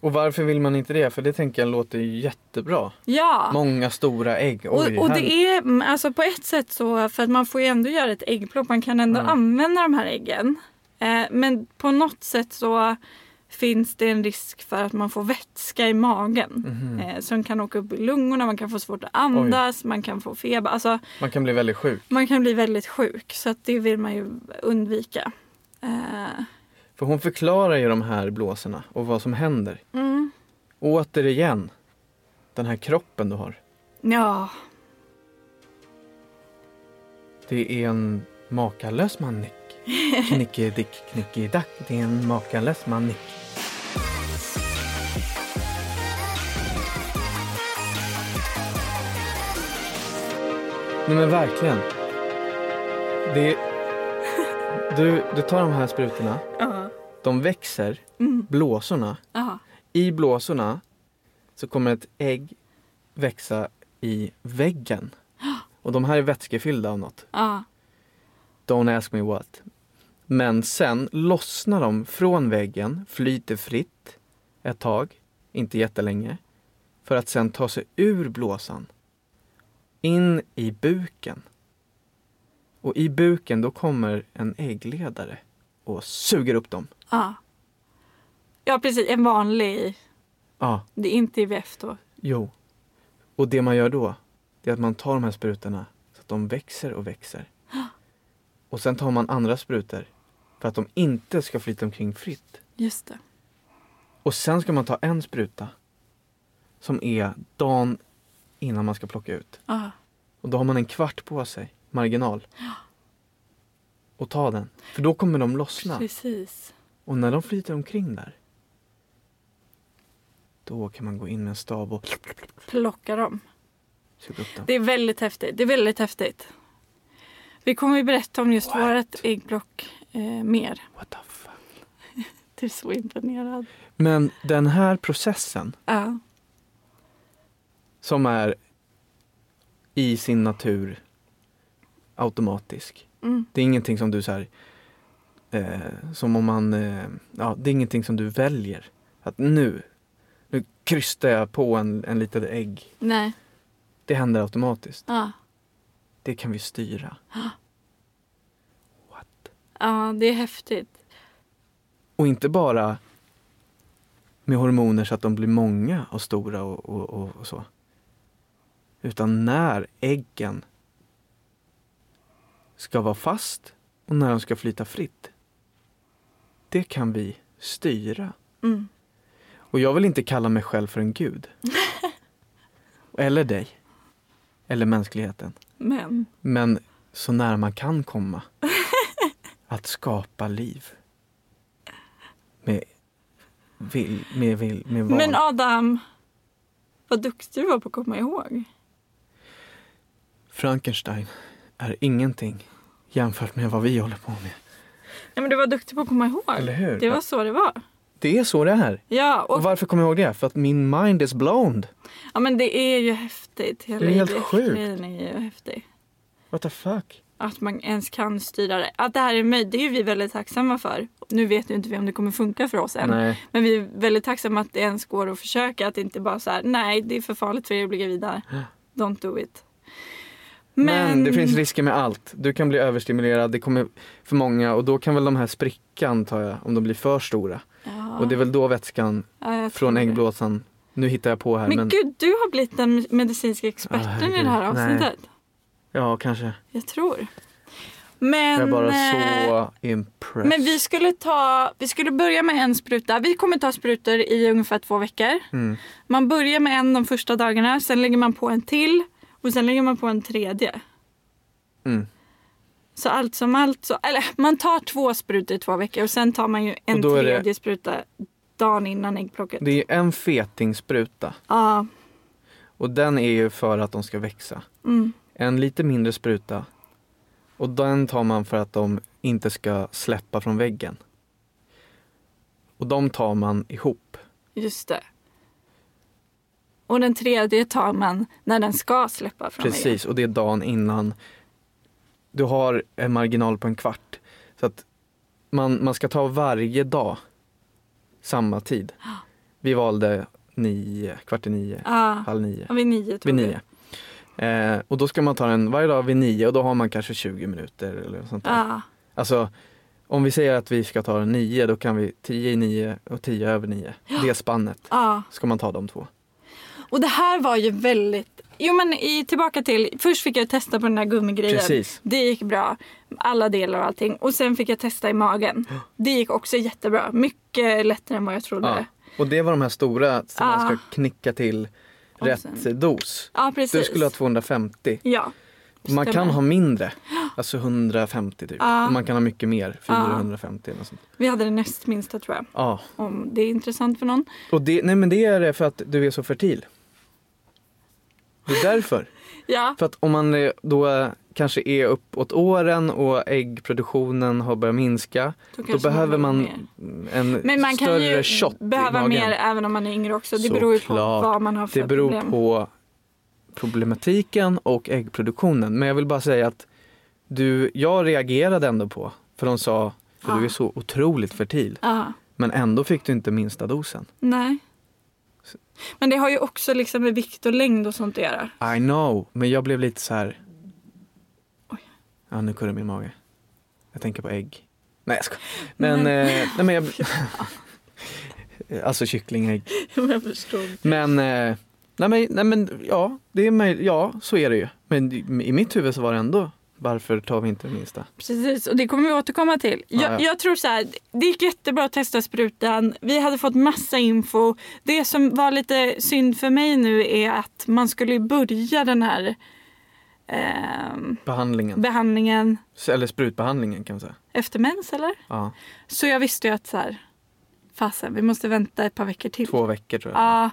[SPEAKER 2] Och varför vill man inte det? För det tänker jag låter ju jättebra.
[SPEAKER 1] ja,
[SPEAKER 2] Många stora ägg. Oj,
[SPEAKER 1] och, och
[SPEAKER 2] här-
[SPEAKER 1] det är mm, alltså på ett sätt så, för att man får ju ändå göra ett äggplock, man kan ändå
[SPEAKER 2] Ja.
[SPEAKER 1] använda de här äggen. Eh, men på något sätt så finns det en risk för att man får vätska i magen.
[SPEAKER 2] Mhm.
[SPEAKER 1] Eh, som kan åka upp i lungorna, man kan få svårt att andas, man kan få feber. Alltså,
[SPEAKER 2] Man kan bli väldigt sjuk.
[SPEAKER 1] man kan bli väldigt sjuk så att det vill man ju undvika. Eh,
[SPEAKER 2] För hon förklarar ju de här blåsorna och vad som händer.
[SPEAKER 1] mm.
[SPEAKER 2] Återigen, den här kroppen du har.
[SPEAKER 1] Ja.
[SPEAKER 2] Det är en makalös manick. Knickedick, knickedack. Det är en makalös manick. Nej men verkligen. Det är... du, du tar de här sprutorna.
[SPEAKER 1] Ja.
[SPEAKER 2] De växer,
[SPEAKER 1] Mm.
[SPEAKER 2] blåsorna.
[SPEAKER 1] Ja.
[SPEAKER 2] I blåsorna så kommer ett ägg växa i väggen. Och de här är vätskefyllda av något.
[SPEAKER 1] Ja.
[SPEAKER 2] Don't ask me what. Men sen lossnar de från väggen, flyter fritt ett tag, inte jättelänge, för att sen ta sig ur blåsan. In i buken. Och i buken då kommer en äggledare och suger upp dem.
[SPEAKER 1] Ja. Ja, precis. En vanlig.
[SPEAKER 2] Ja,
[SPEAKER 1] Det är inte IVF då.
[SPEAKER 2] jo. Och det man gör då, det är att man tar de här sprutorna så att de växer och växer. Och sen tar man andra sprutor för att de inte ska flyta omkring fritt.
[SPEAKER 1] Just det.
[SPEAKER 2] Och sen ska man ta en spruta som är dagen innan man ska plocka ut.
[SPEAKER 1] Ja.
[SPEAKER 2] Och då har man en kvart på sig, marginal. Och ta den. För då kommer de lossna.
[SPEAKER 1] Precis.
[SPEAKER 2] Och när de flyter omkring där. Då kan man gå in med en stav och
[SPEAKER 1] Plocka dem.
[SPEAKER 2] suga upp dem.
[SPEAKER 1] Det är väldigt häftigt. Det är väldigt häftigt. Vi kommer ju berätta om just
[SPEAKER 2] What?
[SPEAKER 1] vårt äggplock eh, mer.
[SPEAKER 2] What the fuck?
[SPEAKER 1] Du är så imponerad.
[SPEAKER 2] Men den här processen
[SPEAKER 1] Ja.
[SPEAKER 2] som är i sin natur automatisk.
[SPEAKER 1] Mm.
[SPEAKER 2] Det är ingenting som du så här, eh, som om man, eh, ja det är ingenting som du väljer. Att nu, nu krystar jag på en, en litet ägg.
[SPEAKER 1] Nej.
[SPEAKER 2] Det händer automatiskt.
[SPEAKER 1] Ja.
[SPEAKER 2] Det kan vi styra.
[SPEAKER 1] Ja, det är häftigt.
[SPEAKER 2] Och inte bara med hormoner så att de blir många och stora och, och, och, och så. Utan när äggen ska vara fast och när de ska flyta fritt. Det kan vi styra.
[SPEAKER 1] Mm.
[SPEAKER 2] Och jag vill inte kalla mig själv för en gud. Eller dig. Eller mänskligheten.
[SPEAKER 1] Men.
[SPEAKER 2] Men så nära man kan komma. Att skapa liv. Med vill, med vill, med val.
[SPEAKER 1] Men Adam, vad duktig du var på att komma ihåg.
[SPEAKER 2] Frankenstein är ingenting jämfört med vad vi håller på med.
[SPEAKER 1] Nej, men du var duktig på att komma ihåg.
[SPEAKER 2] Eller hur?
[SPEAKER 1] Det var så det var.
[SPEAKER 2] Det är så det är.
[SPEAKER 1] Ja,
[SPEAKER 2] Och,
[SPEAKER 1] och,
[SPEAKER 2] varför kommer jag ihåg det? För att min mind is blown.
[SPEAKER 1] ja men det är ju häftigt. Hela
[SPEAKER 2] Det är helt
[SPEAKER 1] IVF-grejen är ju häftig.
[SPEAKER 2] What the fuck?
[SPEAKER 1] Att man ens kan styra det. Att det här är möjligt, det är vi väldigt tacksamma för. Nu vet ju inte vi om det kommer funka för oss än.
[SPEAKER 2] Nej.
[SPEAKER 1] Men vi är väldigt tacksamma att det ens går att försöka. Att det inte bara så här, nej det är för farligt för er att bli gravida. Don't do it.
[SPEAKER 2] Men... det finns risker med allt. Du kan bli överstimulerad, det kommer för många och då kan väl de här sprickan, tar jag, om de blir för stora.
[SPEAKER 1] ja,
[SPEAKER 2] Och det är väl då vätskan
[SPEAKER 1] ja, jag tror
[SPEAKER 2] från
[SPEAKER 1] det.
[SPEAKER 2] äggblåsan Nu hittar jag på här.
[SPEAKER 1] Men
[SPEAKER 2] men,
[SPEAKER 1] gud, du har blivit den medicinska experten i det här
[SPEAKER 2] herregud, nej.
[SPEAKER 1] avsnittet.
[SPEAKER 2] Ja, kanske.
[SPEAKER 1] Jag tror.
[SPEAKER 2] Jag är
[SPEAKER 1] Men,
[SPEAKER 2] bara
[SPEAKER 1] eh,
[SPEAKER 2] så impressed.
[SPEAKER 1] men vi skulle ta, vi skulle börja med en spruta. Vi kommer ta sprutor i ungefär två veckor.
[SPEAKER 2] Mm.
[SPEAKER 1] Man börjar med en de första dagarna, sen lägger man på en till och sen lägger man på en tredje.
[SPEAKER 2] Mm.
[SPEAKER 1] Så allt som allt så, eller man tar två sprutor i två veckor och sen tar man ju en
[SPEAKER 2] Och då är det-
[SPEAKER 1] tredje spruta dagen innan äggplocket.
[SPEAKER 2] Det är en fetingspruta
[SPEAKER 1] Ja,
[SPEAKER 2] och den är ju för att de ska växa.
[SPEAKER 1] mm,
[SPEAKER 2] En lite mindre spruta och den tar man för att de inte ska släppa från väggen. Och de tar man ihop.
[SPEAKER 1] just det. Och den tredje tar man när den ska släppa från ägget.
[SPEAKER 2] Precis, och det är dagen innan. Du har en marginal på en kvart. Så att man, man ska ta varje dag samma tid. Vi valde nio, kvart i nio,
[SPEAKER 1] Ja,
[SPEAKER 2] halv nio,
[SPEAKER 1] ja, vid nio tror
[SPEAKER 2] vid
[SPEAKER 1] jag.
[SPEAKER 2] nio. Eh, och då ska man ta den varje dag vid nio och då har man kanske 20 minuter eller sånt där.
[SPEAKER 1] Ja,
[SPEAKER 2] Alltså, om vi säger att vi ska ta den nio, då kan vi tio i nio och tio över nio. Det spannet
[SPEAKER 1] ja.
[SPEAKER 2] ska man ta de två.
[SPEAKER 1] Och det här var ju väldigt... Jo men i, tillbaka till, först fick jag testa på den här gummigrejen.
[SPEAKER 2] Precis.
[SPEAKER 1] Det gick bra. Alla delar och allting. Och sen fick jag testa i magen. Det gick också jättebra. Mycket lättare än vad jag trodde.
[SPEAKER 2] Ja.
[SPEAKER 1] Ja,
[SPEAKER 2] Och det var de här stora som man
[SPEAKER 1] Ah.
[SPEAKER 2] ska knicka till
[SPEAKER 1] Och
[SPEAKER 2] rätt
[SPEAKER 1] sen-
[SPEAKER 2] dos.
[SPEAKER 1] precis.
[SPEAKER 2] Du skulle ha 250.
[SPEAKER 1] Ja.
[SPEAKER 2] Man kan
[SPEAKER 1] Stämmer.
[SPEAKER 2] ha mindre, alltså 150 typ.
[SPEAKER 1] Ah.
[SPEAKER 2] Och man kan ha mycket mer,
[SPEAKER 1] Ah.
[SPEAKER 2] 450 eller något sånt.
[SPEAKER 1] Vi hade den näst minsta tror jag.
[SPEAKER 2] Ja.
[SPEAKER 1] Om det är intressant för någon.
[SPEAKER 2] Och det, nej men det är det för att du är så fertil. Det är därför.
[SPEAKER 1] Ja.
[SPEAKER 2] För att om man eh, då eh, kanske är uppåt åren och äggproduktionen har börjat minska. Då
[SPEAKER 1] kanske
[SPEAKER 2] behöver man
[SPEAKER 1] behöver mer.
[SPEAKER 2] en
[SPEAKER 1] Men man kan
[SPEAKER 2] större
[SPEAKER 1] ju
[SPEAKER 2] shot i
[SPEAKER 1] behöva
[SPEAKER 2] magen.
[SPEAKER 1] mer även om man är yngre också. Det
[SPEAKER 2] Så
[SPEAKER 1] beror ju på
[SPEAKER 2] klart.
[SPEAKER 1] vad man har för
[SPEAKER 2] Det beror
[SPEAKER 1] problem.
[SPEAKER 2] på problematiken och äggproduktionen. Men jag vill bara säga att du, jag reagerade ändå på, för de sa för
[SPEAKER 1] Ja.
[SPEAKER 2] du är så otroligt fertil.
[SPEAKER 1] Ja.
[SPEAKER 2] Men ändå fick du inte minsta dosen.
[SPEAKER 1] Nej. Men det har ju också liksom med vikt och längd och sånt att göra.
[SPEAKER 2] I know, men jag blev lite så här...
[SPEAKER 1] Oj.
[SPEAKER 2] Ja, nu kurrar min mage. Jag tänker på ägg. Nej, jag skojar. Men, eh, nej, men jag... alltså kycklingägg.
[SPEAKER 1] Jag förstod.
[SPEAKER 2] Men, eh, nej men, nej men ja, det är möj- ja, så är det ju. Men i mitt huvud så var det ändå, varför tar vi inte det minsta?
[SPEAKER 1] Precis, och det kommer vi återkomma till. Jag,
[SPEAKER 2] ja.
[SPEAKER 1] jag tror så här, det gick jättebra att testa sprutan. Vi hade fått massa info. Det som var lite synd för mig nu är att man skulle börja den här ehm,
[SPEAKER 2] Behandlingen,
[SPEAKER 1] behandlingen
[SPEAKER 2] S- eller sprutbehandlingen kan man säga.
[SPEAKER 1] efter mens eller?
[SPEAKER 2] Ja,
[SPEAKER 1] Så jag visste ju att så här, fasen, vi måste vänta ett par veckor till.
[SPEAKER 2] två veckor tror jag.
[SPEAKER 1] Ja.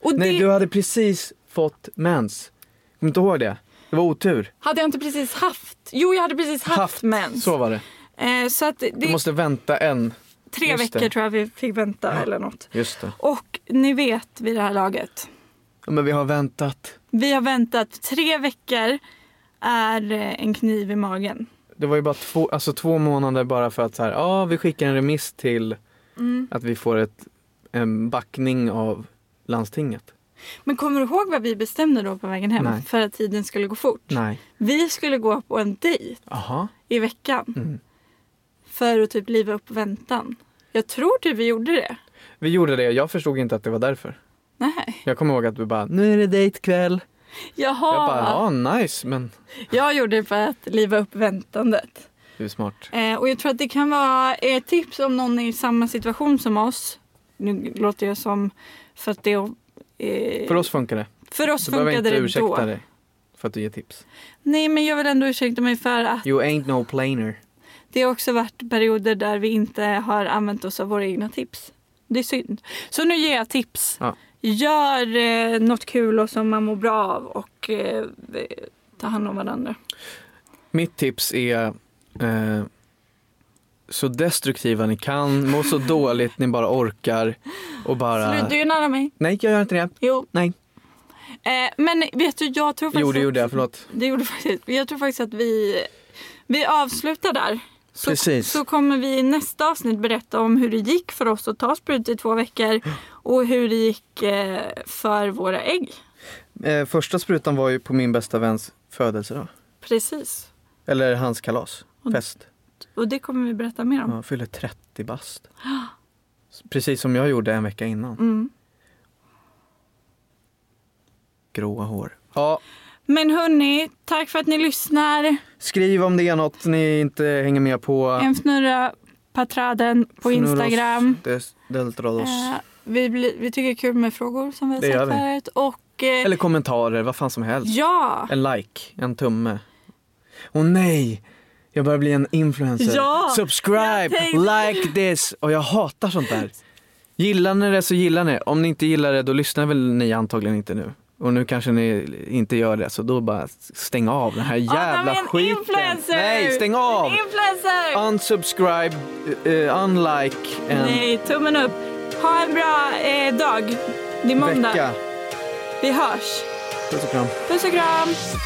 [SPEAKER 1] Och
[SPEAKER 2] Nej,
[SPEAKER 1] det
[SPEAKER 2] du hade precis fått mens. Kommer inte ihåg det? Det var otur.
[SPEAKER 1] hade jag inte precis haft. Jo, jag hade precis haft, mens.
[SPEAKER 2] Så var det.
[SPEAKER 1] Eh, så att det
[SPEAKER 2] Du måste vänta en.
[SPEAKER 1] tre
[SPEAKER 2] just det.
[SPEAKER 1] veckor tror jag vi fick vänta eller något.
[SPEAKER 2] Just det.
[SPEAKER 1] Och ni vet vid det här laget.
[SPEAKER 2] Ja, men vi har väntat.
[SPEAKER 1] Vi har väntat tre veckor är eh, en kniv i magen.
[SPEAKER 2] Det var ju bara två, alltså två månader bara för att så här, ja vi skickar en remiss till att vi får ett, en backning av landstinget.
[SPEAKER 1] Men kommer du ihåg vad vi bestämde då på vägen hem?
[SPEAKER 2] Nej.
[SPEAKER 1] För att tiden skulle gå fort.
[SPEAKER 2] Nej.
[SPEAKER 1] Vi skulle gå på en dejt
[SPEAKER 2] Aha.
[SPEAKER 1] i veckan.
[SPEAKER 2] Mm.
[SPEAKER 1] För att typ liva upp väntan. Jag tror typ vi gjorde det.
[SPEAKER 2] Vi gjorde det, jag förstod inte att det var därför.
[SPEAKER 1] Nej.
[SPEAKER 2] Jag kommer ihåg att du bara, nu är det dejtkväll.
[SPEAKER 1] Jaha.
[SPEAKER 2] Jag bara, ja nice, men
[SPEAKER 1] Jag gjorde det för att liva upp väntandet.
[SPEAKER 2] du är smart.
[SPEAKER 1] Eh, och jag tror att det kan vara ett tips om någon är i samma situation som oss. Nu låter jag som för att det... Eh,
[SPEAKER 2] För oss funkar det.
[SPEAKER 1] för oss
[SPEAKER 2] Du behöver
[SPEAKER 1] funkade
[SPEAKER 2] inte
[SPEAKER 1] det då.
[SPEAKER 2] ursäkta dig för att du ger tips.
[SPEAKER 1] Nej men jag vill ändå ursäkta mig för att
[SPEAKER 2] You ain't no planer.
[SPEAKER 1] det har också varit perioder där vi inte har använt oss av våra egna tips. Det är synd. Så nu ger jag tips.
[SPEAKER 2] Ja.
[SPEAKER 1] Gör eh, något kul och som man mår bra av och eh, ta hand om varandra.
[SPEAKER 2] Mitt tips är eh, så destruktiva ni kan, må så dåligt ni bara orkar och bara...
[SPEAKER 1] Slut, du är nära mig.
[SPEAKER 2] Nej, jag gör inte det.
[SPEAKER 1] Jo.
[SPEAKER 2] Nej.
[SPEAKER 1] Eh, men vet du, jag tror faktiskt...
[SPEAKER 2] Jo, det gjorde jag.
[SPEAKER 1] att-
[SPEAKER 2] Förlåt.
[SPEAKER 1] Det gjorde faktiskt. Jag tror faktiskt att vi, vi avslutar där. Så,
[SPEAKER 2] Precis.
[SPEAKER 1] så kommer vi i nästa avsnitt berätta om hur det gick för oss att ta sprut i två veckor och hur det gick eh, för våra ägg.
[SPEAKER 2] Eh, första sprutan var ju på min bästa väns födelsedag.
[SPEAKER 1] Precis.
[SPEAKER 2] Eller hans kalas.
[SPEAKER 1] Och-
[SPEAKER 2] Fest.
[SPEAKER 1] Och det kommer vi berätta mer om.
[SPEAKER 2] Ja, fyller 30 bast. Precis som jag gjorde en vecka innan.
[SPEAKER 1] Mm.
[SPEAKER 2] gråa hår. Ja,
[SPEAKER 1] Men hörni, tack för att ni lyssnar.
[SPEAKER 2] skriv om det är något ni inte hänger med på.
[SPEAKER 1] En fnurra patraden på
[SPEAKER 2] Fnurros,
[SPEAKER 1] Instagram.
[SPEAKER 2] des- Deltrados.
[SPEAKER 1] Eh, vi, blir, vi tycker det är kul med frågor som vi har
[SPEAKER 2] Det gör
[SPEAKER 1] sagt
[SPEAKER 2] vi.
[SPEAKER 1] förut. Och eh,
[SPEAKER 2] Eller kommentarer, vad fan som helst.
[SPEAKER 1] ja,
[SPEAKER 2] En like, en tumme. Och nej! Jag börjar bli en influencer.
[SPEAKER 1] Ja,
[SPEAKER 2] Subscribe,
[SPEAKER 1] jag tänkte-
[SPEAKER 2] like this! Och jag hatar sånt där. Gillar ni det så gillar ni det. Om ni inte gillar det då lyssnar väl ni antagligen inte nu. Och nu kanske ni inte gör det så då bara stäng av den här jävla
[SPEAKER 1] Adam är en
[SPEAKER 2] skiten.
[SPEAKER 1] influencer!
[SPEAKER 2] Nej, stäng av!
[SPEAKER 1] En influencer!
[SPEAKER 2] Unsubscribe, eh, unlike, en
[SPEAKER 1] Nej, tummen upp. Ha en bra eh, dag. Det är måndag.
[SPEAKER 2] vecka.
[SPEAKER 1] Vi hörs.
[SPEAKER 2] Puss och kram.
[SPEAKER 1] Puss och kram.